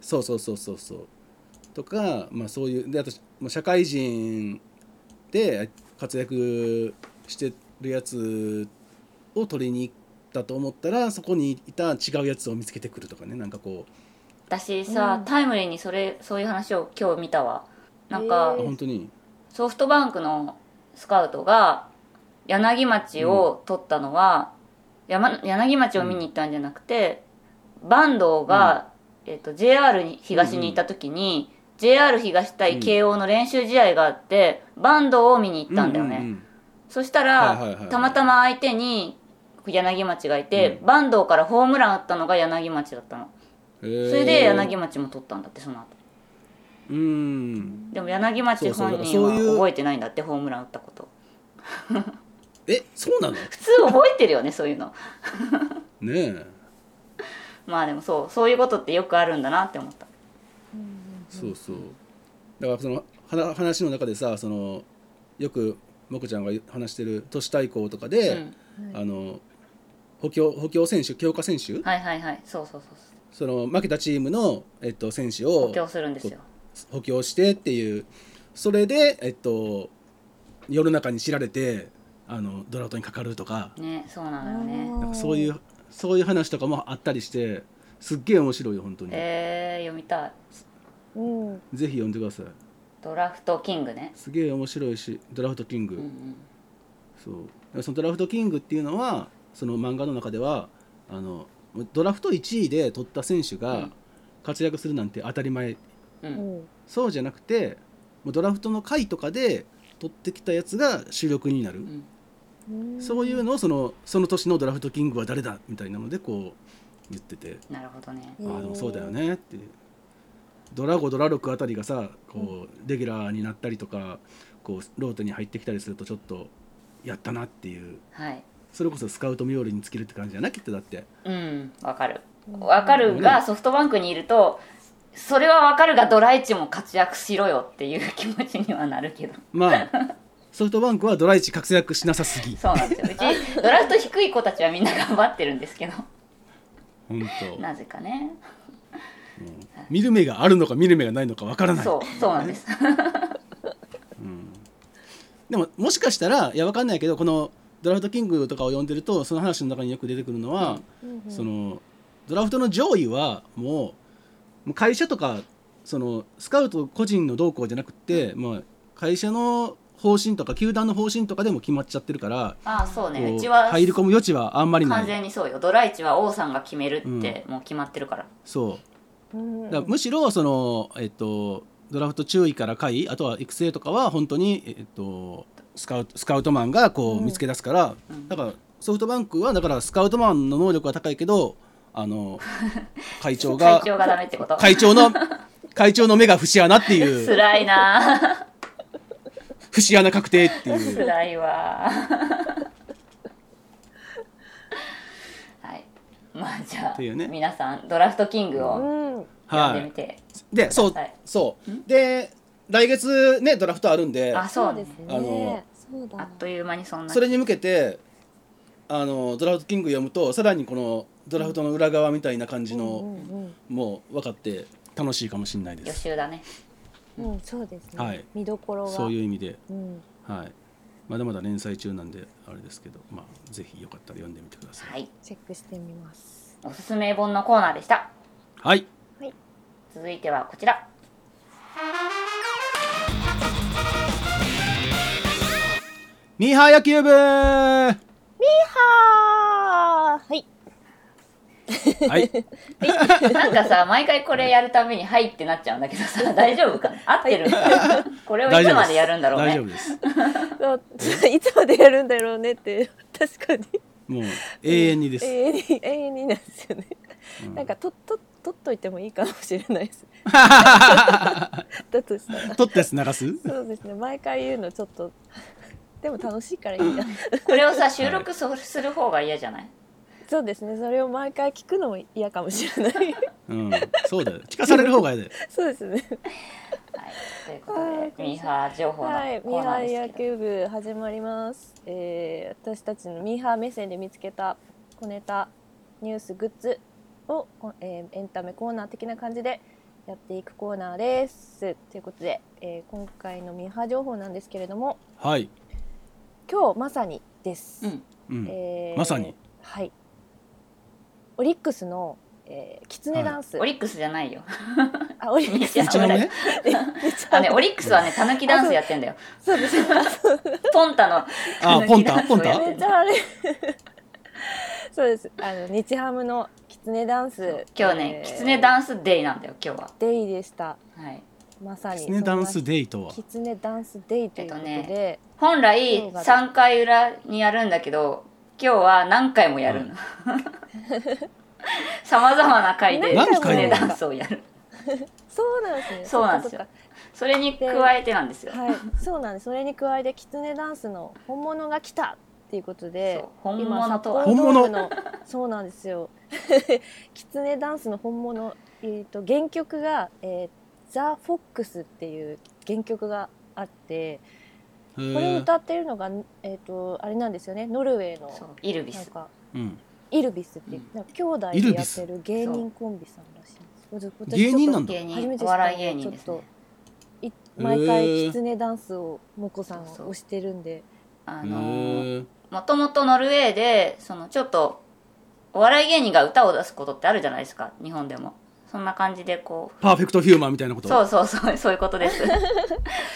D: そうそうそうそうそうとか、まあ、そういうであともう社会人で活躍してるやつを取りに行ったと思ったらそこにいた違うやつを見つけてくるとかねなんかこう
C: 私さ、
E: うん
C: タイムリーにそれそういう話を今日見たわなんか、
E: へ
D: あ
E: え
D: 本当に
C: ソフトバンクのスカウトが柳町を取ったのは、山柳町を見に行ったんじゃなくて坂東が、えっと JR に東にいた時に、JR 東対慶応の練習試合があって坂東を見に行ったんだよね、
D: うう
C: そしたら、
D: はいはいはいはい
C: たまたま相手に柳町がいて、
D: う
C: 坂東からホームラン打ったのが柳町だったの
D: うんへえ
C: それで柳町も取ったんだってその後
D: うん
C: でも柳町
D: そうそう
C: 本人
D: だからそうい
C: は
D: う
C: 覚えてないんだってホームラン打ったこと
D: えそうなの
C: 普通覚えてるよねそういうの
D: ねえ
C: まあでもそうそういうことってよくあるんだなって思った
D: そうそうだからそのはな話の中でさそのよくもこちゃんが話してる都市対抗とかで、
C: うん
D: あの補強補強選手強化選手、
C: はいはいはいそうそうそうそ
D: その負けたチームの、えっと、選手
C: う
D: を
C: 補強するんですよ
D: 補強してっていうそれで、えっと、世の中に知られてあのドラフトにかかるとか
C: ねそうなのよね
D: なんかそういうそういう話とかもあったりしてすっげえ面白いよ本当に、
C: えー、読みたい
E: うん、うん
D: ぜひ読んでください
C: ドラフトキングね
D: すげえ面白いしドラフトキング、
C: うんうん
D: そうそのドラフトキングっていうのはその漫画の中ではあのドラフト1位で取った選手
C: う
D: が
C: ん
D: 活躍するなんて当たり前
C: う
E: うんん
D: そうじゃなくてもうドラフトの回とかで取ってきたやつが主力になる
C: う、ん
E: うん
D: そういうのをそのその年のドラフトキングは誰だみたいなのでこう言ってて、
C: なるほどね
E: へー
D: ああでもそうだよねっていうドラゴドラ6あたりがさこうレギュラーになったりとかこうローテに入ってきたりするとちょっとやったなっていう
C: はい
D: それこそスカウト冥利につけるって感じじゃなきっとだって
C: うんわかる
E: うん
C: わかる
D: う
C: が
D: ん
C: ソフトバンクにいるとそれはわかるがドライチも活躍しろよっていう気持ちにはなるけど
D: ま あソフトバンクはドライチ活躍しなさすぎ
C: そうなんですようちドラフト低い子たちはみんな頑張ってるんですけど
D: 本
C: なぜかね
D: 当、うん見る目があるのか見る目がないのかわからない
C: そうそうなんです
D: うんでももしかしたらいやわかんないけどこの「ドラフトキング」とかを読んでるとその話の中によく出てくるのは、
E: うんうん
D: そのドラフトの上位はもうもう会社とかそのスカウト個人の動向じゃなくて、まあ、会社の方針とか球団の方針とかでも決まっちゃってるから、
C: ああそうね
D: こ
C: う
D: う
C: ちは
D: 入り込む余地はあんまりな
C: 完
D: い
C: 全にそうよドライチは王さんが決めるってもう決まってるから、
D: そう
E: うん
D: だからむしろその、えっと、ドラフト注意から回あとは育成とかは本当に、えっと、スカウトスカウトマンがこう
E: うん
D: 見つけ出すから、
C: うん
D: だからソフトバンクはだからスカウトマンの能力は高いけど あの会長が
C: 会長がダメってこと
D: 会長の会長の目が節穴って
C: つ
D: いう
C: らいな
D: 節穴確定って
C: つ
D: いう
C: らいわ はいまあじゃ
D: っ
C: あ、
D: ていうね
C: 皆さんドラフトキングを
E: うん
C: 読んで
D: は
C: みて、
D: いでそう
C: ください
D: そうで来月ねドラフトあるんで
C: あそ
E: そううで
C: ね
E: す
D: あの
E: ねそう
C: あ
E: だ
C: っという間にそんな
D: それに向けてあのドラフトキング読むとさらにこのドラフトの裏側みたいな感じの、
E: うん
D: もう分かって楽しいかもしれないで
C: 予
D: す。
C: 習だね
E: うんうんそうですね
D: はい
E: 見どころが
D: そういう意味で、
E: うん
D: はい、まだまだ連載中なんであれですけど、まあぜひよかったら読んでみてください。
C: はい
E: チェックしてみます
C: おすすめ本のコーナーでした
D: はい、
C: 続いてはこちら
D: ミーハー野球部、は
E: はーはい
D: い、
C: なんか さ毎回これやるために「はい」ってなっちゃうんだけどさ大丈夫かな合ってるかなこれをい
D: 大
C: つ
D: 丈夫
C: ま
D: です。
C: でやるんだろう
D: 大丈
C: ね
D: 夫です。
E: そういつまでやるんだろうねって確かに
D: もう永遠にです。
E: 永遠に永遠になんですよね、
D: うん
E: なんかとと取っといてもいいかもしれないです だとした ら
D: 取ったやつ流す？
E: そうですね毎回言うのちょっとでも楽しいからいいな
C: こ れをさ収録そうする方が嫌じゃない
E: そうですねそれを毎回聞くのも嫌かもしれない
D: うん、そうだよ。聞かされる方がいいで。
E: そうですね。
C: はい、というこ
E: はい
C: とで、ミーハー情報のコ
E: はい、ミ
C: ー
E: ー
C: ナ
E: ハ
C: ー
E: ー
C: です
E: 野
C: けど、
E: 球部始まります。えー私たちのミーハー目線で見つけた小ネタ、ニュース、グッズを、こえーエンタメコーナー的な感じでやっていくコーナーです。ということで、えー今回のミーハー情報なんですけれども、
D: はい。
E: 今日まさにです。
C: うん、
D: うん。
E: えー
D: まさに。
E: はい。オリックスの、えー、キツネダンス。
C: オリックスじゃないよ。
E: あ、オリックス。
C: いや
D: 一番ね。
C: あね、オリックスはね、たぬきダンスやってんだよ。
E: そうです。
C: ポンタの。
D: あ、ポンタ、ポン
C: あ
D: タ。
E: めっちゃあれ。 そうです。あの日ハムのキツネダンス。
C: 今日ね、
E: えー
C: キツネダンスデイなんだよ、今日は。
E: デイでした。
C: はい。
E: まさに。
D: キツネダンス
E: デ
D: デイとは
E: イ。キ。ツネダンスデイということで、
C: えっと本来、3回裏にやるんだけど、今日は何回もや るの。さまざまな回で、
D: 何
C: キツ
D: 回も
C: ネダンスをやる。
E: そうなんですね。
C: そうなんですよ
E: そっか
C: それに加えてなんです
E: そ
C: よ
E: っ。かはい。そうなんです。それに加えてキツネダンスの本物が来たっていうことで
C: そう、本物とは
E: 今札幌ドーム
D: 本
E: のそうなんですよ。 キツネダンスの本物、えっ、と原曲が、えー、ザフォックスっていう原曲があって。
D: こ
E: これを歌ってるのが、えっ、と、あれなんですよね、ノルウェーの。
C: そう、イルビ
E: なん
C: ス。
E: か、
D: うん。
E: イルビスっていう、
C: うん
E: なんか兄弟
D: イル
E: でや
D: ビ
E: っ
D: ス
E: てる芸人コンビさんらしいんですこれ。私
D: 芸人な
E: ちょっ
D: んだ。
C: 芸
E: 初
C: 人、お
E: めて知ったので
C: 笑い芸人です
E: ちょっ
C: ね
E: と。とい毎回
D: へー
E: キツネダンスをもこさんを推してるんで、
C: あ
D: へ
C: のー
D: ー
C: もともとノルウェーでそのちょっとお笑い芸人が歌を出すことってあるじゃないですか日本でもそんな感じでこ
D: パーフェクトヒューマンみたいなこ
C: う
D: と。
C: そうそうそうそういうこと です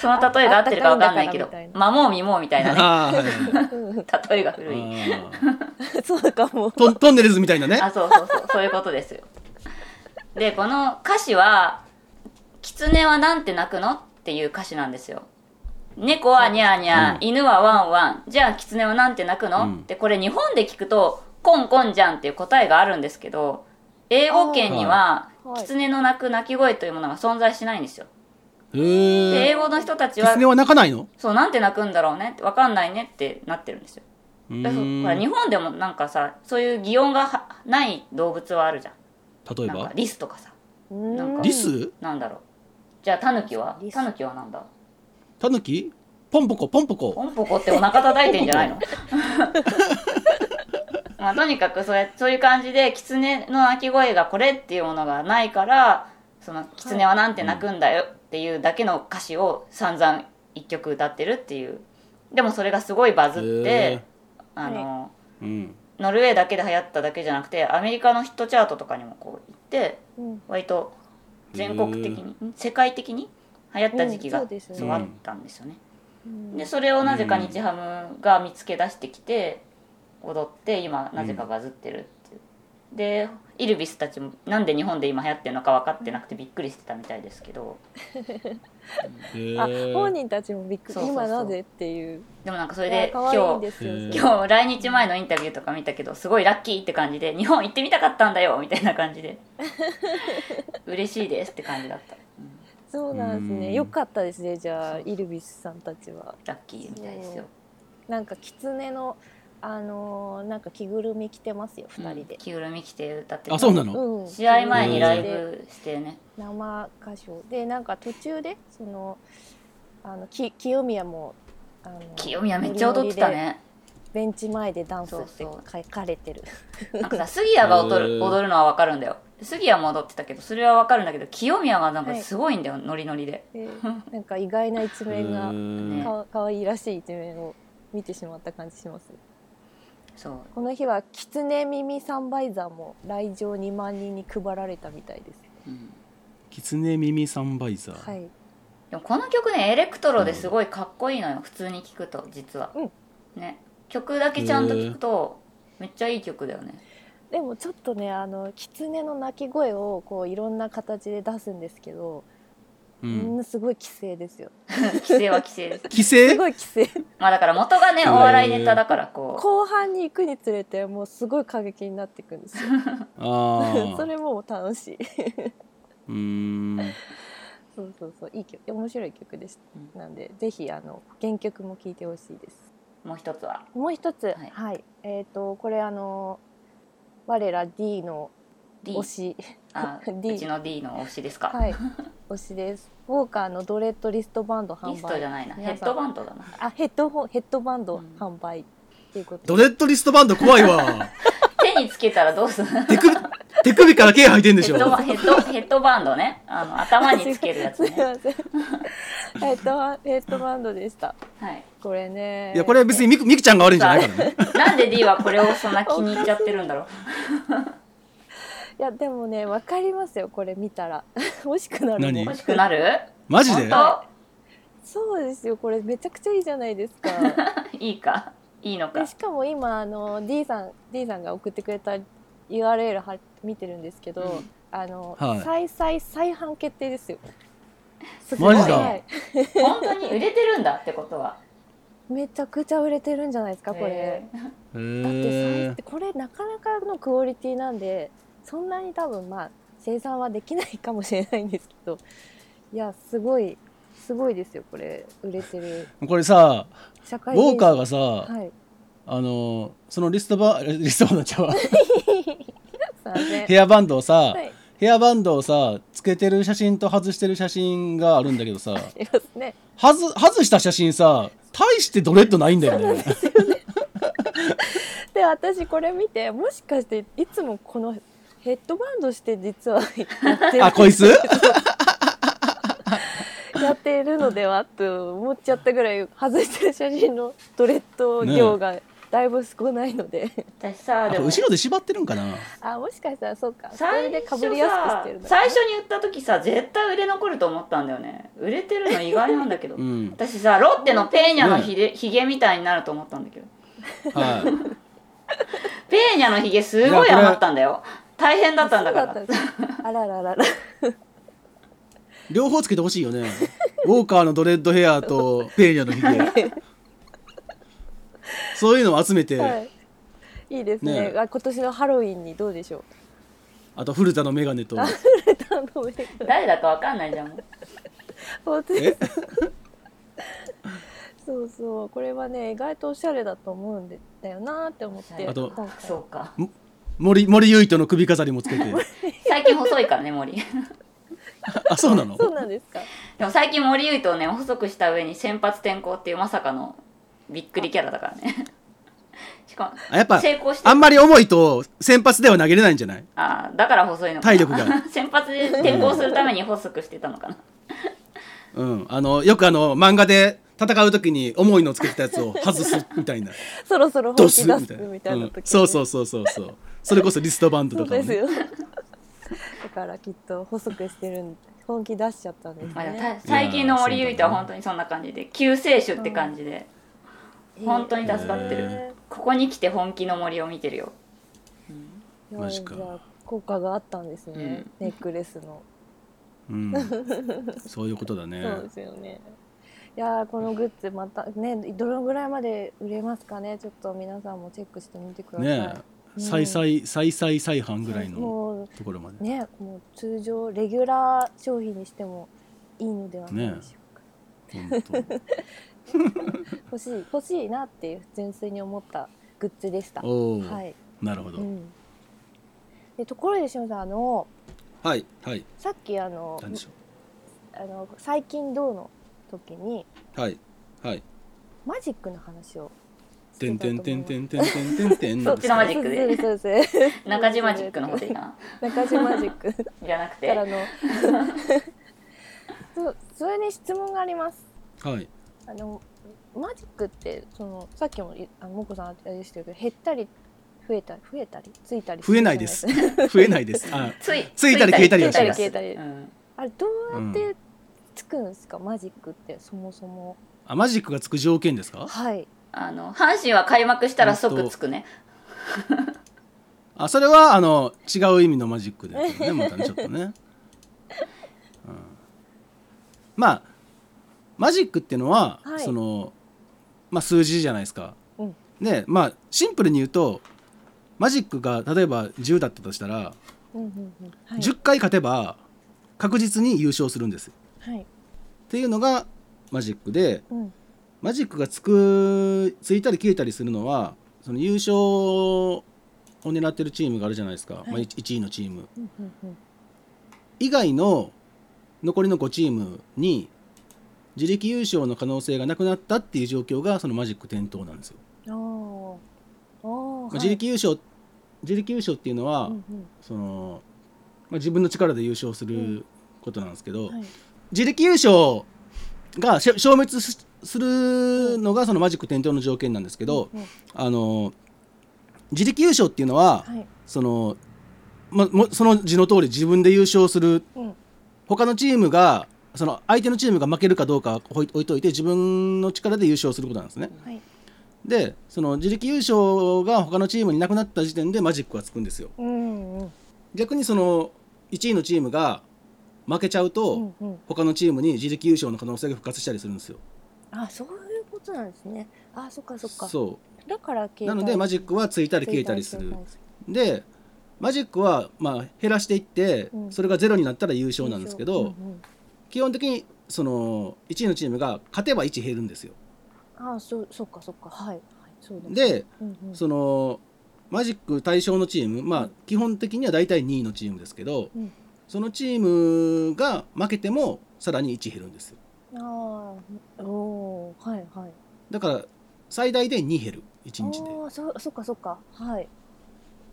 C: その例えが合ってるかわかんないけ
E: あ
C: ど
E: ったかいん
C: 「
E: だ
C: まもうみもう」みたいなね
D: あーはいは
E: うん
C: 例えが古い
D: いあー
E: そうかも。
D: トントンネルズみたいなね。
C: あそうそうそうそういうことですよでこの歌詞は「狐はなんて鳴くの?」っていう歌詞なんですよ猫はニャーニャー、
D: うん
C: 犬はワンワンじゃあ狐はなんて鳴くの、
D: うん
C: でこれ日本で聞くと「コンコンじゃん」っていう答えがあるんですけど英語圏には
E: はい
C: 狐の鳴く鳴き声というものが存在しないんですよで
D: へえ。
C: 英語の人たち
D: キ
C: は
D: ツネは泣かないの？
C: そうなんて鳴くんだろうねってわかんないねってなってるんですよ
D: う
C: だから
D: ーん
C: ほら日本でもなんかさそういう擬音がはない動物はあるじゃん
D: 例え
C: なんか
D: ば。
C: リスとかさなんか
D: リス？
C: なんだろうじゃあタヌキは
E: リス
C: タヌキはなんだ
D: タヌキ？ポンポコポンポコ。
C: ポンポコってお腹叩いてんじゃない の まあとにかくそれそういう感じで狐の鳴き声がこれっていうものがないからその狐はなんて鳴くんだよっていうだけの歌詞を散々一曲歌ってるっていうでもそれがすごいバズって
D: へ
C: あの、
D: うん。
C: ノルウェーだけで流行っただけじゃなくてアメリカのヒットチャートとかにもこう行って
E: うん
C: 割と全国的にん世界的に流行った時期が、
E: うんそうですよね
C: そうあったんですよね、
E: うん
C: でそれをなぜか日ハムが見つけ出してきて踊って今なぜかバズってるっていう、でイルビスたちもなんで日本で今流行ってるのか分かってなくてびっくりしてたみたいですけど
D: へ
E: あ、
D: え。
E: 本人たちもびっくり。
C: そうそうそう
E: 今なぜっていう。
C: でもなんかそ
E: そ
C: れで今
E: 可愛い
C: 日
E: んですよ。
D: 今日
C: 今日来日前のインタビューとか見たけどすごいラッキーって感じで日本行ってみたかったんだよみたいな感じで嬉しいですって感じだった、うん
E: そうなんです
D: う
E: ね。
D: ん
E: よかったですね。じゃあイルビスさんたちは。
C: ラッキーみたいですよ
E: なんか狐のあのーなんか着ぐるみ着てますよ二人
C: うん
E: で、
C: 着ぐるみ着て歌ってた
D: あ、そうなの。
E: うん
C: 試合前にライ
E: で
C: ブしてね
E: 生歌唱でなんか途中でそのあのき清宮もあの
C: 清宮めっちゃ踊ってたね
E: ベンチ前でダンスして
C: そうそう
E: かかれてる
C: なんかさ杉谷が踊
D: へ
C: る
D: ー
C: 踊るのは分かるんだよ杉谷も踊ってたけどそれは分かるんだけど清宮がなんかすごいんだよ、ノリノリで
E: でなんか意外な一面が
D: うん
E: かわかわいいらしい一面を見てしまった感じします
C: そう
E: この日は狐耳サンバイザーも来場2万人に配られたみたいです
C: うん
D: キツネ耳サンバイザ
E: は
D: ー。
E: い
C: でもこの曲ねエレクトロですごいかっこいいのよ普通に聴くと実は、
E: うん
C: ね曲だけちゃんと聴くとめっちゃいい曲だよね
E: でもちょっとねあの狐の鳴き声をこういろんな形で出すんですけど、
D: う
E: みん
D: ん。
E: なすごい規制ですよ
C: 規制は規制 です
D: 規
E: す
D: 制？
E: ごい規制
C: まあだから元がね
D: へー
C: お笑いネタだからこ
E: 後半に行くにつれてもうすごい過激になっていくんですよ
D: ああ
E: そ。れも楽しい
D: うーん。
E: そうそうそういい曲面白い曲でした、
C: う
E: なんでぜひあの原曲も聴いてほしいです
C: うもう一つは
E: もう一つ
C: は
E: はいい、えっ、とこれあの我ら D の
C: D
E: 推し
C: あ
E: D
C: うちの D の推しですか、
E: はい推しですウォーカーのドレッドリストバンド販売
C: リストじゃないなヘ
E: 皆
C: ッ
E: さん
C: ドバンドだな
E: あヘッドホンヘッドバンド
C: うん
E: 販売っていうこと
D: ドレッドリストバンド怖いわ
C: 手につけたらどうする
D: 手首手首から毛生えてんで
C: ヘ
D: し
C: ッドバ
D: ょ
C: ヘッドヘッドバンドねあの頭につけるやつ
E: すい
C: ね
E: ませんヘッドバヘッドバンドでした
C: はい
E: これね
D: いやこれは別にミクミクちゃんが悪いんじゃないからね
C: なんで D はこれをそんな気に入っちゃってるんだろう
E: いやでもねわかりますよこれ見たら 欲しくなるもん
D: 何
C: 欲しくなる
D: マジで
C: 本
E: そうですよこれめちゃくちゃいいじゃないです か
C: 当いいかいいのか
E: でしかも今あの D さん D さんが送ってくれた URL は見てるんですけど、
C: うん
E: あの、
D: はい
E: 再再再販決定ですよす
D: マジだ
E: はい
C: 本当に売れてるんだってことは
E: めちゃくちゃ売れてるんじゃないですかこ
C: へ
E: れ
D: へ
E: だって
D: ー
E: 再これなかなかのクオリティなんでそんなに多分まあ生産はできないかもしれないんですけどいやすごいすごいですよこれ売れてる
D: これさ
E: 社
D: ウ
E: 会
D: ォーカーが
E: ー
D: さ
E: はい
D: あのそのリストバ リストバンドちゃうわ
E: すいません
D: ヘアバンドをさ
E: はい
D: ヘアバンドをさつけてる写真と外してる写真があるんだけどさ
E: いますね
D: はず外した写真さ大してドレッドないんだよね
E: で私これ見てもしかしていつもこのヘッドバンドして実はやってる
D: あこいつ
E: やっているのではと思っちゃったぐらい外してる写真のドレッド量がだいぶ少ないので、
C: 私さ
D: あ
C: で
D: と
C: も
D: 後ろで縛ってるんかな
E: あもしかしたらそうかそれ
C: 最
E: で
C: 初
E: か
C: さ
E: ぶりやすくしてるの
C: 最初に言った時さ絶対売れ残ると思ったんだよね売れてるの意外なんだけど、
D: うん
C: 私さロッテのペーニャのひげ,、ひげみたいになると思ったんだけど
D: は
C: ペーニャのひげすごい余ったんだよ大変だったんだか
E: そうだ
C: ら
E: ったんですあらららら
D: い両方つけてほしいよねウォーカーのドレッドヘアとペーニャのひげそういうのを集めて、
E: はいいいですね
D: ねえ
E: あ今年のハロウィンにどうでしょう
D: あと古田の眼鏡と
E: あの め
C: 誰だかわかんないじゃんもう
E: 本当です
D: え
E: そうそうこれはね意外とおしゃれだと思うんでだよなって思って
D: あと
E: 今回
C: そうか
D: 森森唯斗の首飾りもつけて
C: 最近細いからね森
D: あそうなの
E: そうなんですか
C: でも最近森優斗をね細くした上に先発転向っていうまさかのびっくりキャラだからねしか
D: あやっ
C: も
D: ぱ
C: 成功して
D: あんまり重いと先発では投げれないんじゃない
C: あーだから細いのかな
D: 体力が
C: 先発で転向するために細くしてたのかな
D: うんあのよくあの漫画で戦う時に重いのつけてたやつを外すみたい な
E: そろそろ
D: ド
E: 本
D: ス
E: 気
D: みた
E: 出
D: い
E: す
D: な
E: みたいな時、
D: うん、そうそうそうそうそうそれこそリストバンドと
E: そう
D: かも
E: です
D: ね
E: よ だからきっと細くしてるん本気出しちゃったんです
C: まあでも
E: ね
C: た最近の森ゆいとは本当にそんな感じで救世主って感じで、本当に助かってる
E: へ
C: ここに来て本気の森を見てるよ、
E: え
D: マジか
E: いやじゃあ効果があったんですね、ネックレスの
D: うん、そういうことだね
E: そうですよね。いやーこのグッズまたねどのぐらいまで売れますかねちょっと皆さんもチェックしてみてください。
D: ねえ
E: う
D: 再
E: ん
D: 々再々再販ぐらいの
E: も
D: ところまで
E: うねもう通常レギュラー商品にしてもいいのではないでしょうか。
D: 本当
E: 欲しい欲しいなっていう純粋に思ったグッズでした。は
D: おお、
E: い。
D: なるほど、
E: うん。でところでしおさんあの
D: はいはい
E: さっきあの
D: 何でしょ
E: あの最近どうの時に
D: うはいはい
E: マジックの話を
D: 「
E: して
D: てん
E: たと
D: て
E: 思い
D: ん
E: ます。
D: てんてんてんてんてんてん」
C: そっちのマジックで
E: そうですそうですそうです
C: 中島ジックの方でいいかな
E: 中島マジック
C: じゃなくて
E: からのそうそれに質問があります
D: はい
E: あのマジックってそのさっきもいあのもこさんあれでしたけど減ったり増えたり増えたりついたりる
D: 増えないで
E: じ
D: す
E: ゃ
D: 増えないですあ
C: つい
D: ついたり消えたりは
E: します
C: ついうん
E: ないですかあれどうやってつくんですか、マジックってそもそも
D: あマジックがつく条件ですか
E: はい
C: あの阪神は開幕したら即つくね
D: あそれはあの違う意味のマジックだけどねまたねちょっとね、うん、まあマジックっていうのは、
E: はい
D: その、まあ、数字じゃないですか、
E: うん
D: でまあシンプルに言うとマジックが例えば10だったとしたら、
E: うんうんうんはい
D: 10回勝てば確実に優勝するんですよ
E: はい
D: っていうのがマジックで
E: うん
D: マジックがつくついたり消えたりするのはその優勝を狙ってるチームがあるじゃないですか、まあ、
E: はい
D: 1, 位のチーム
E: うんうんうん
D: 以外の残りの5チームに自力優勝の可能性がなくなったっていう状況がそのマジック点灯なんですよ、
E: あーあー、
D: まあ自力優勝自力優勝っていうのは、
E: はいうん
D: その、まあ、自分の力で優勝することなんですけど、
E: うんはい
D: 自力優勝がし消滅すするのがそのマジック点灯の条件なんですけど、
E: うんうん
D: あの自力優勝っていうのは、
E: はい
D: その、ま、もその字の通り自分で優勝する
E: うん
D: 他のチームがその相手のチームが負けるかどうか置い置いといて自分の力で優勝することなんですね。
E: はい
D: でその自力優勝が他のチームになくなった時点でマジックはつくんですよ。
E: うんうん
D: 逆にその1位のチームが負けちゃうと、
E: うんうん
D: 他のチームに自力優勝の可能性が復活したりするんですよ。
E: あそういうことなんですねあそっかそっか
D: そ
E: だから
D: う
E: 携
D: な
E: 帯
D: のでマジックはついたり消えたりする。でマジックはまあ減らしていって、
E: うん
D: それがゼロになったら優勝なんですけど、
E: うんうん
D: 基本的にその1位のチームが勝てば1減るんですよ。
E: あそうそっかそっかはいはいそうだ
D: で
E: うんうん
D: そのマジック対象のチームまあ基本的には大体2位のチームですけど、
E: うん
D: そのチームが負けてもさらに1減るんですよ
E: ああおーはいはい
D: だから最大で2減る1日で
E: ああそそっかそっかはい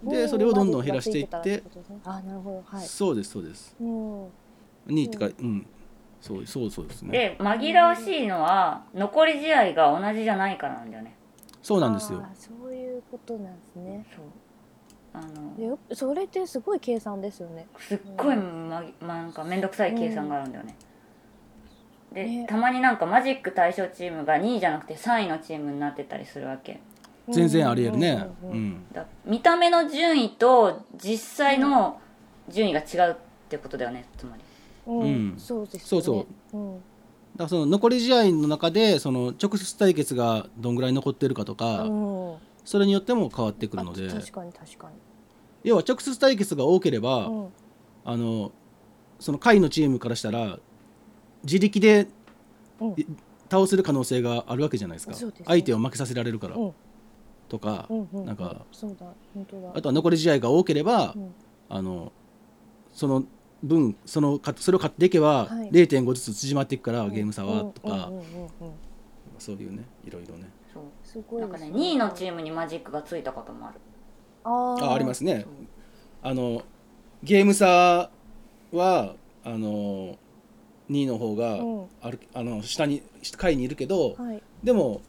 D: で
E: おー
D: それをどんどん減らしていって
E: マジックがついたらってことですねあーなるほどはい
D: そうですそうです
E: うん
D: 2ってかうんそうそうそうです
C: で
D: ね
C: 紛らわしいのは残り試合が同じじゃないからなんだよね
D: そうなんですよ
E: あーそういうことなんですね
C: そうあ
E: で
C: の
E: よそれってすごい計算ですよね
C: すっごい、まま、なんか面倒くさい計算があるんだよね、で、
E: ね
C: たまになんかマジック対象チームが2位じゃなくて3位のチームになってたりするわけ
D: 全然ありえるね
E: うん
D: う
E: うんうん
D: ん
C: だ見た目の順位と実際の順位が違うってことだよねつまり
E: うん
D: うん
E: うんそうです
D: そう
E: よね、
D: そう
E: うん、
D: だからその残り試合の中でその直接対決がどんぐらい残ってるかとか、
E: うん
D: それによっても変わってくるので
E: あ確かに確かに
D: 要は直接対決が多ければ、
E: うん
D: あのその下位のチームからしたら自力で
E: うん
D: い倒せる可能性があるわけじゃないですか
E: そうですね
D: 相手を負けさせられるから、
E: うん
D: とか、
E: うんうん
D: なんか
E: そうだ本当だ
D: あとは残り試合が多ければ、
E: うん
D: あのその分そのかそれを買っていけば、
E: はい
D: 0.5ずつ縮まっていくから、ゲーム差は、とか、
E: うんうんうんうんうん
D: そういうねいろいろね
C: そう
E: すごい
C: なん
E: で
C: か
E: す
C: ね2位のチームにマジックがついたこともある
E: あー
D: あありますね
C: そう
D: あのゲーム差はあの2位の方が、
E: うん
D: あるあの下に下位にいるけど、
E: はい
D: でも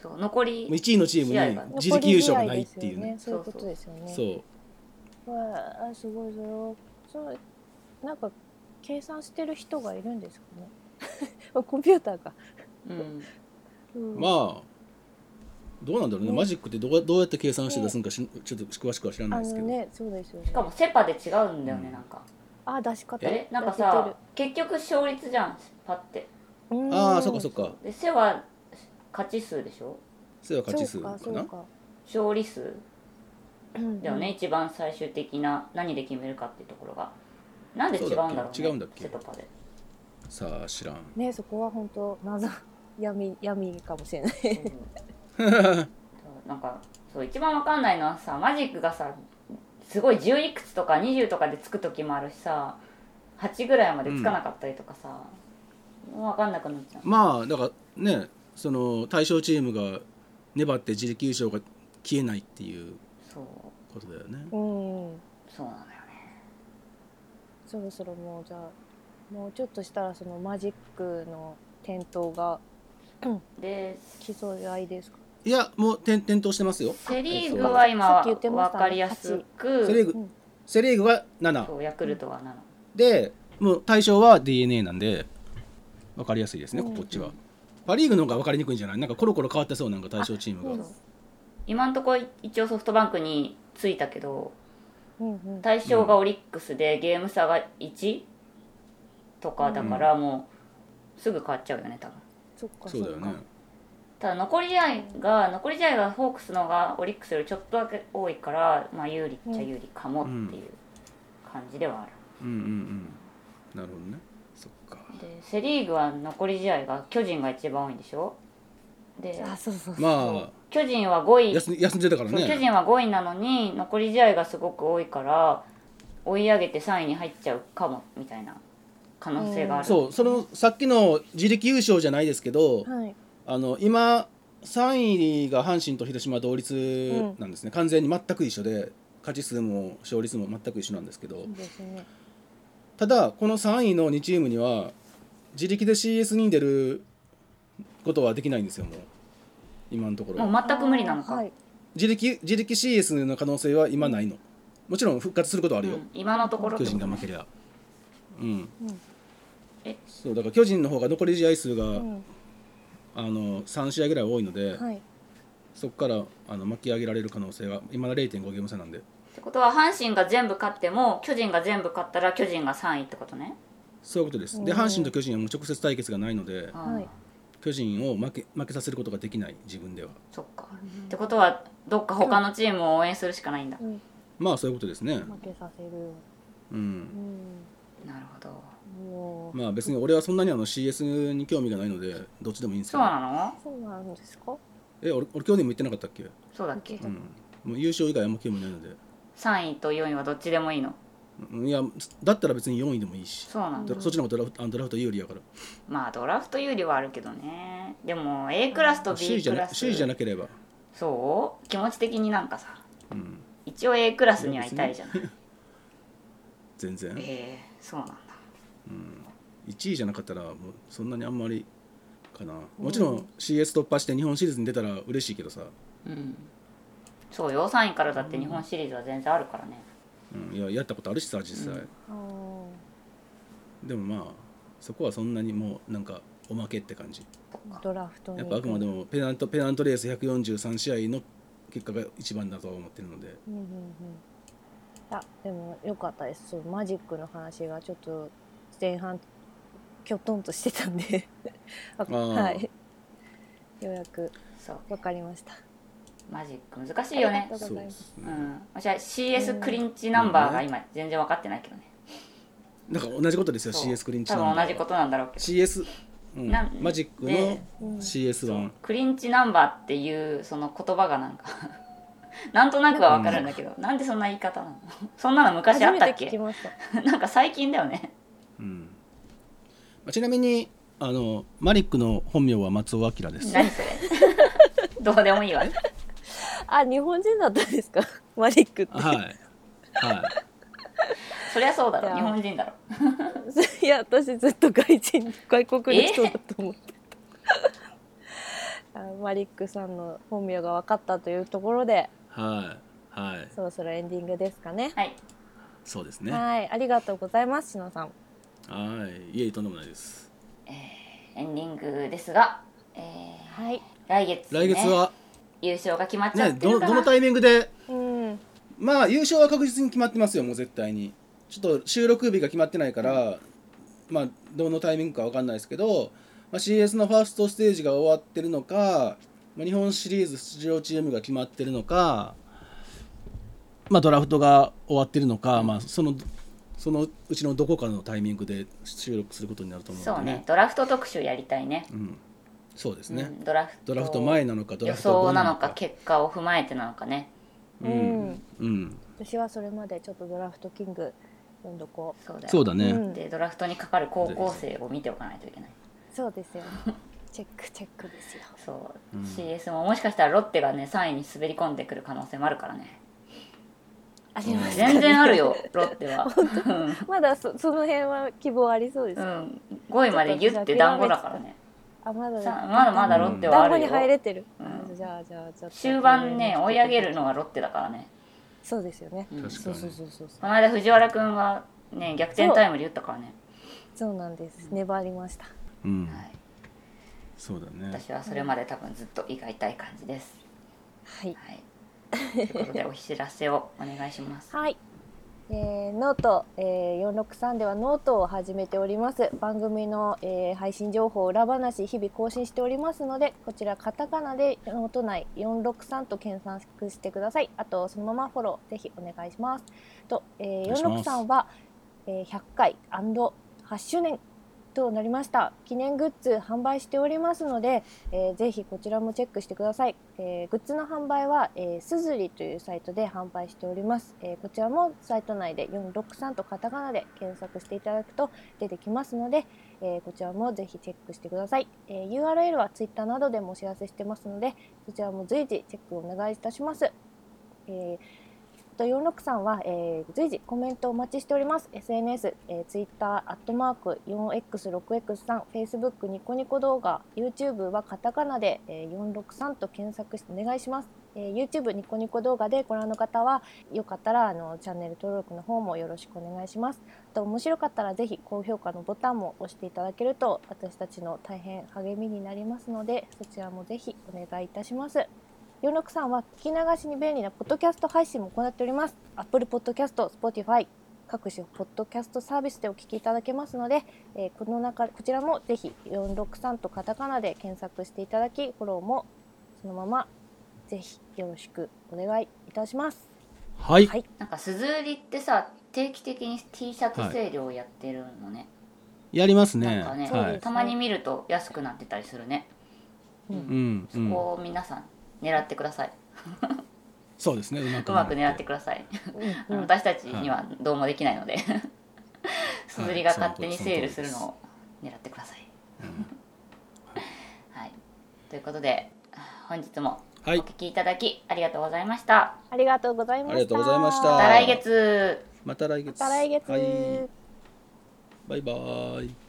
C: そう残り
D: 1位のチーム
C: 試合が
D: に自力優勝がないっていうね
E: そういうことですよね
D: そう
E: わあすごいそれをそのなんか計算してる人がいるんですかね あコンピューターか、
C: うん
E: うん
D: うまあどうなんだろうね、
E: うん
D: マジックってどうどうやって計算して出すのかしちょっと詳しくは知ら
E: あ
D: ないです
E: の
D: けど、
E: ねそうですよね
C: しかもセ・パで違うんだよね、なんか
E: あ出し方
C: えなんか
E: 出
C: さ
E: て
C: 結局勝率じゃんパって
E: るうん
D: ああそっかそっか
C: でセは勝ち数でしょ
D: それは勝ち数
E: そう
D: か
E: か
D: な
E: そうか
C: 勝利数
E: うん
C: だよね、一番最終的な何で決めるかっていうところがなんで違うんだろうね
D: そうだっけ違うんだっけ
C: セとパで
D: さあ知らん
E: ねそこは本当謎 闇闇かもしれない
C: そうなんかそう一番わかんないのはさマジックがさすごい10いくつとか20とかでつく時もあるしさ8ぐらいまでつかなかったりとかさ、もうわかんなくなっちゃう、
D: まあだからねその対象チームが粘って自力優勝が消えないっていう
C: そう
D: ことだよね、
E: うん
C: そうなのよね
E: そろそろもうじゃあもうちょっとしたらそのマジックの点灯が
C: で
E: 競い合いですか
D: いやもう転々としてますよ
C: セ・リーグは
E: さ
C: 今
E: っき言ってまし
C: 分
E: たね
C: かりやす
D: セ・リー
C: く
D: グ、
E: うん
D: セ・リーグが7
C: そうヤクルトは7
D: でもう対象は d n a なんで分かりやすいですね、
E: うん
D: こっちはパ・リーグの方が分かりにくいんじゃないなんかコロコロ変わってそうなんか対象チームが
E: あ
C: 今んとこ一応ソフトバンクについたけど
E: うんうん
C: 対象がオリックスでゲーム差が1とかだからもうすぐ変わっちゃうよね多分
E: そっか
D: そうだよね
C: ただ残り試合が残り試合がホークスの方がオリックスよりちょっとだけ多いからまあ有利っちゃ有利かもっていう感じではある、
D: うんうんうんなるほどねそっか
C: でセ・リーグは残り試合が巨人が一番多いんでしょで
E: あそうそうそう
D: まあ
C: 巨人は5位、
D: 休み休んでたから
C: そう巨
D: ね
C: 人は5位なのに残り試合がすごく多いから追い上げて3位に入っちゃうかもみたいな可能性がある、
D: そうそのさっきの自力優勝じゃないですけど
E: はい
D: あの今3位が阪神と広島同率なんですね、完全に全く一緒で勝ち数も勝率も全く一緒なんですけど、
E: そうですね
D: ただこの3位の2チームには自力で CS に出ることはできないんですよもう今のところ、
C: もう全く無理なのか、
E: はい
D: 自力自力 CS の可能性は今ないのもちろん復活することはあるよ、
C: うん今のところ
D: 巨人が負けりゃうん、
E: うん
C: え
D: そうだから巨人の方が残り試合数が、
E: うん
D: あの3試合ぐらい多いので、
E: はい
D: そこからあの巻き上げられる可能性が今だ0.5ゲーム差なんで
C: ってことは阪神が全部勝っても巨人が全部勝ったら巨人が3位ってことね、
D: そういうことですで
E: うん
D: 阪神と巨人はもう直接対決がないので
C: あー
E: はい
D: 巨人を負け負けさせることができない自分では
C: そっかってことはどっか他のチームを応援するしかないんだ、
E: うん
D: まあそういうことですね
E: 負けさせる
D: う
E: うんん
C: なるほど
E: もう
D: まあ別に俺はそんなにあの CS に興味がないのでどっちでもいいんですけ
C: そう
D: ど
C: なの
E: そうなんですか
D: え俺俺去年も言ってなかったっけ、
C: そうだっけ
D: うん、もう優勝以外あんま興味ないので
C: 3位と4位はどっちでもいいの
D: うんいやだったら別に4位でもいいし
C: そうなんだ
D: ドラそっちの方がドラフトあのドラフト有利やから
C: まあドラフト有利はあるけどねでも A クラスと
D: 首位
C: B
D: じゃ
C: ク
D: な
C: ラス
D: 首位じゃなければ、
C: そう気持ち的になんかさ
D: うん、
C: 一応 A クラスにはいたいじゃない
D: 全然
C: ええそうなんだ
D: 1位じゃなかったらもうそんなにあんまりかなもちろん CS 突破して日本シリーズに出たら嬉しいけどさ、
C: うんそうよ3位からだって日本シリーズは全然あるからね
D: うん、いややったことあるしさ実際、
E: あー
D: でもまあそこはそんなにもうなんかおまけって感じ
E: ドラフトに
D: やっぱあくまでもペナントペナントレース143試合の結果が一番だとは思ってるので
E: うんうんうんいやでも良かったですそうマジックの話がちょっと前半きょとんとしてたんであ
D: ー
E: はいようやく
C: そう
E: 分かりました
C: マジック難しいよ
E: あり
C: ね
E: がと
D: そう
E: ござい
D: で
E: ます
D: す
C: う
D: ね、
C: ん私は CS クリンチナンバーが今全然分かってないけどね
D: なんか同じことですよ
C: そう
D: CS クリンチ
C: 多分同じ
D: と
C: ことなんだろうけど
D: CS、うん
C: なん、
D: マジックの
C: で
D: CS1
C: クリンチナンバーっていうその言葉がなんか なんとなくは分かるんだけど、なんでそんな言い方なの そんなの昔あ
E: 初
C: っ
E: め
C: たって
E: 聞き
C: け
E: まし た
C: なんか最近だよね
D: うんまあちなみにあのマリックの本名は松尾明です
C: 何そ れどうでもいいわ
E: あ日本人だったんですかマリックって、
D: はい。は
C: そりゃそうだ
E: い
C: ろ
E: や
C: 日本人だろ
E: い、や私ずっと外人外国の人だと思ってたあマリックさんの本名が分かったというところで
D: い。はい。はい。
E: そろそろエンディングですかね
C: はい
D: そうですね。は
E: はいありがとうございますしのさん
D: い。いえ、とんでもないです。
C: エンディングですが、えー
E: はい
C: 来月、ね、
D: 来月は、
C: 優勝が決まっちゃ
D: ね、
C: ってる
D: ど、
C: か
D: ど
C: な、
D: のタイミングで。
E: うん
D: まあ、優勝は確実に決まってますよ、もう絶対に。ちょっと収録日が決まってないから。まあ、どのタイミングかわかんないですけど。まあ、CS のファーストステージが終わってるのか、まあ、日本シリーズ出場チームが決まってるのか、まあ、ドラフトが終わってるのか、まあ、そのそのうちのどこかのタイミングで収録することになると思うの
C: そ
D: で、
C: うねドラフト特集やりたいね
D: うん、そうですね、
C: うんドラフト
D: ドラフト前なのかド
C: 予
D: ラフト後
C: 想なのか結果を踏まえてなのかね
D: うん、
E: うん
D: うん、
E: 私はそれまでちょっとドラフトキング読んどこ
C: そうだよ
D: そうだね、
E: うん
C: でドラフトにかかる高校生を見ておかないといけないう
E: そうですよ チェックチェックですよ
C: そう、
D: うん
C: CS ももしかしたらロッテがね3位に滑り込んでくる可能性もあるからね
E: ありますかね
C: 全然あるよロッテ は、
E: まだそその辺は希望ありそうです、
C: うん、5位までギュって団子だからね
E: あまだ
C: さまだまだロッテはあ
E: 団子
C: る
E: に
C: よ
E: 入れてる、
C: うん
E: じゃあじゃあちょっと
C: 終盤ね追い上げるのはロッテだからね
E: そうですよね
C: うん
D: 確か
E: そ
D: に
E: うそうそうそうそう
C: この間藤原くんがね逆転タイムリー打ったからね、
E: そうなんです粘りました
D: うん
C: はい、
D: そうだね
C: 私はそれまで多分ずっと胃が痛い感じです
E: はい
C: はいということでお知らせをお願いします
E: はい、えーノート、えー463ではノートを始めております番組の、えー配信情報裏話日々更新しておりますのでこちらカタカナでノート内463と検索してくださいあとそのままフォローぜひお願いしますと、えー
D: お願いします
E: 463は、えー100回 &8 周年となりました記念グッズ販売しておりますので、えーぜひこちらもチェックしてください、えーグッズの販売は、えー、すずりというサイトで販売しております、えーこちらもサイト内で463とカタカナで検索していただくと出てきますので、えーこちらもぜひチェックしてください、えー URL は Twitter などでもお知らせしてますのでそちらも随時チェックお願いいたします、えーえっと46さんは、えー随時コメントお待ちしております。SNS、えー、Twitter、アットマーク 4x6x3、Facebook、ニコニコ動画、YouTube はカタカナで、えー463と検索してお願いします。えー YouTube、ニコニコ動画でご覧の方は、よかったらあのチャンネル登録の方もよろしくお願いします。あと面白かったらぜひ高評価のボタンも押していただけると私たちの大変励みになりますので、そちらもぜひお願いいたします。46さんは聞き流しに便利なポッドキャスト配信も行っております。Apple Podcast、Spotify、各種ポッドキャストサービスでお聞きいただけますので、えーこの中こちらもぜひ463とカタカナで検索していただき、フォローもそのままぜひよろしくお願いいたします。
D: はい、
E: はい
C: なんかすずりってさ定期的に T シャツセールをやってるのね、
D: やります
C: な
D: ね
C: んかね、
D: はい
C: たまに見ると安くなってたりするね、
E: うん
D: うんう
C: そ
D: ん、
C: こを皆さん狙ってください、
D: そうですねうま
C: うまく狙ってください、あの私たちにはどうもできないのですずりが勝手にセールするのを狙ってください、はい、ということで本日もお
D: はい
C: 聞きいただきありがとうございました、
E: ありがとうございました。
D: ありがとうございました
C: また来月
D: また来月
E: また来月。
D: はい、バイバーイ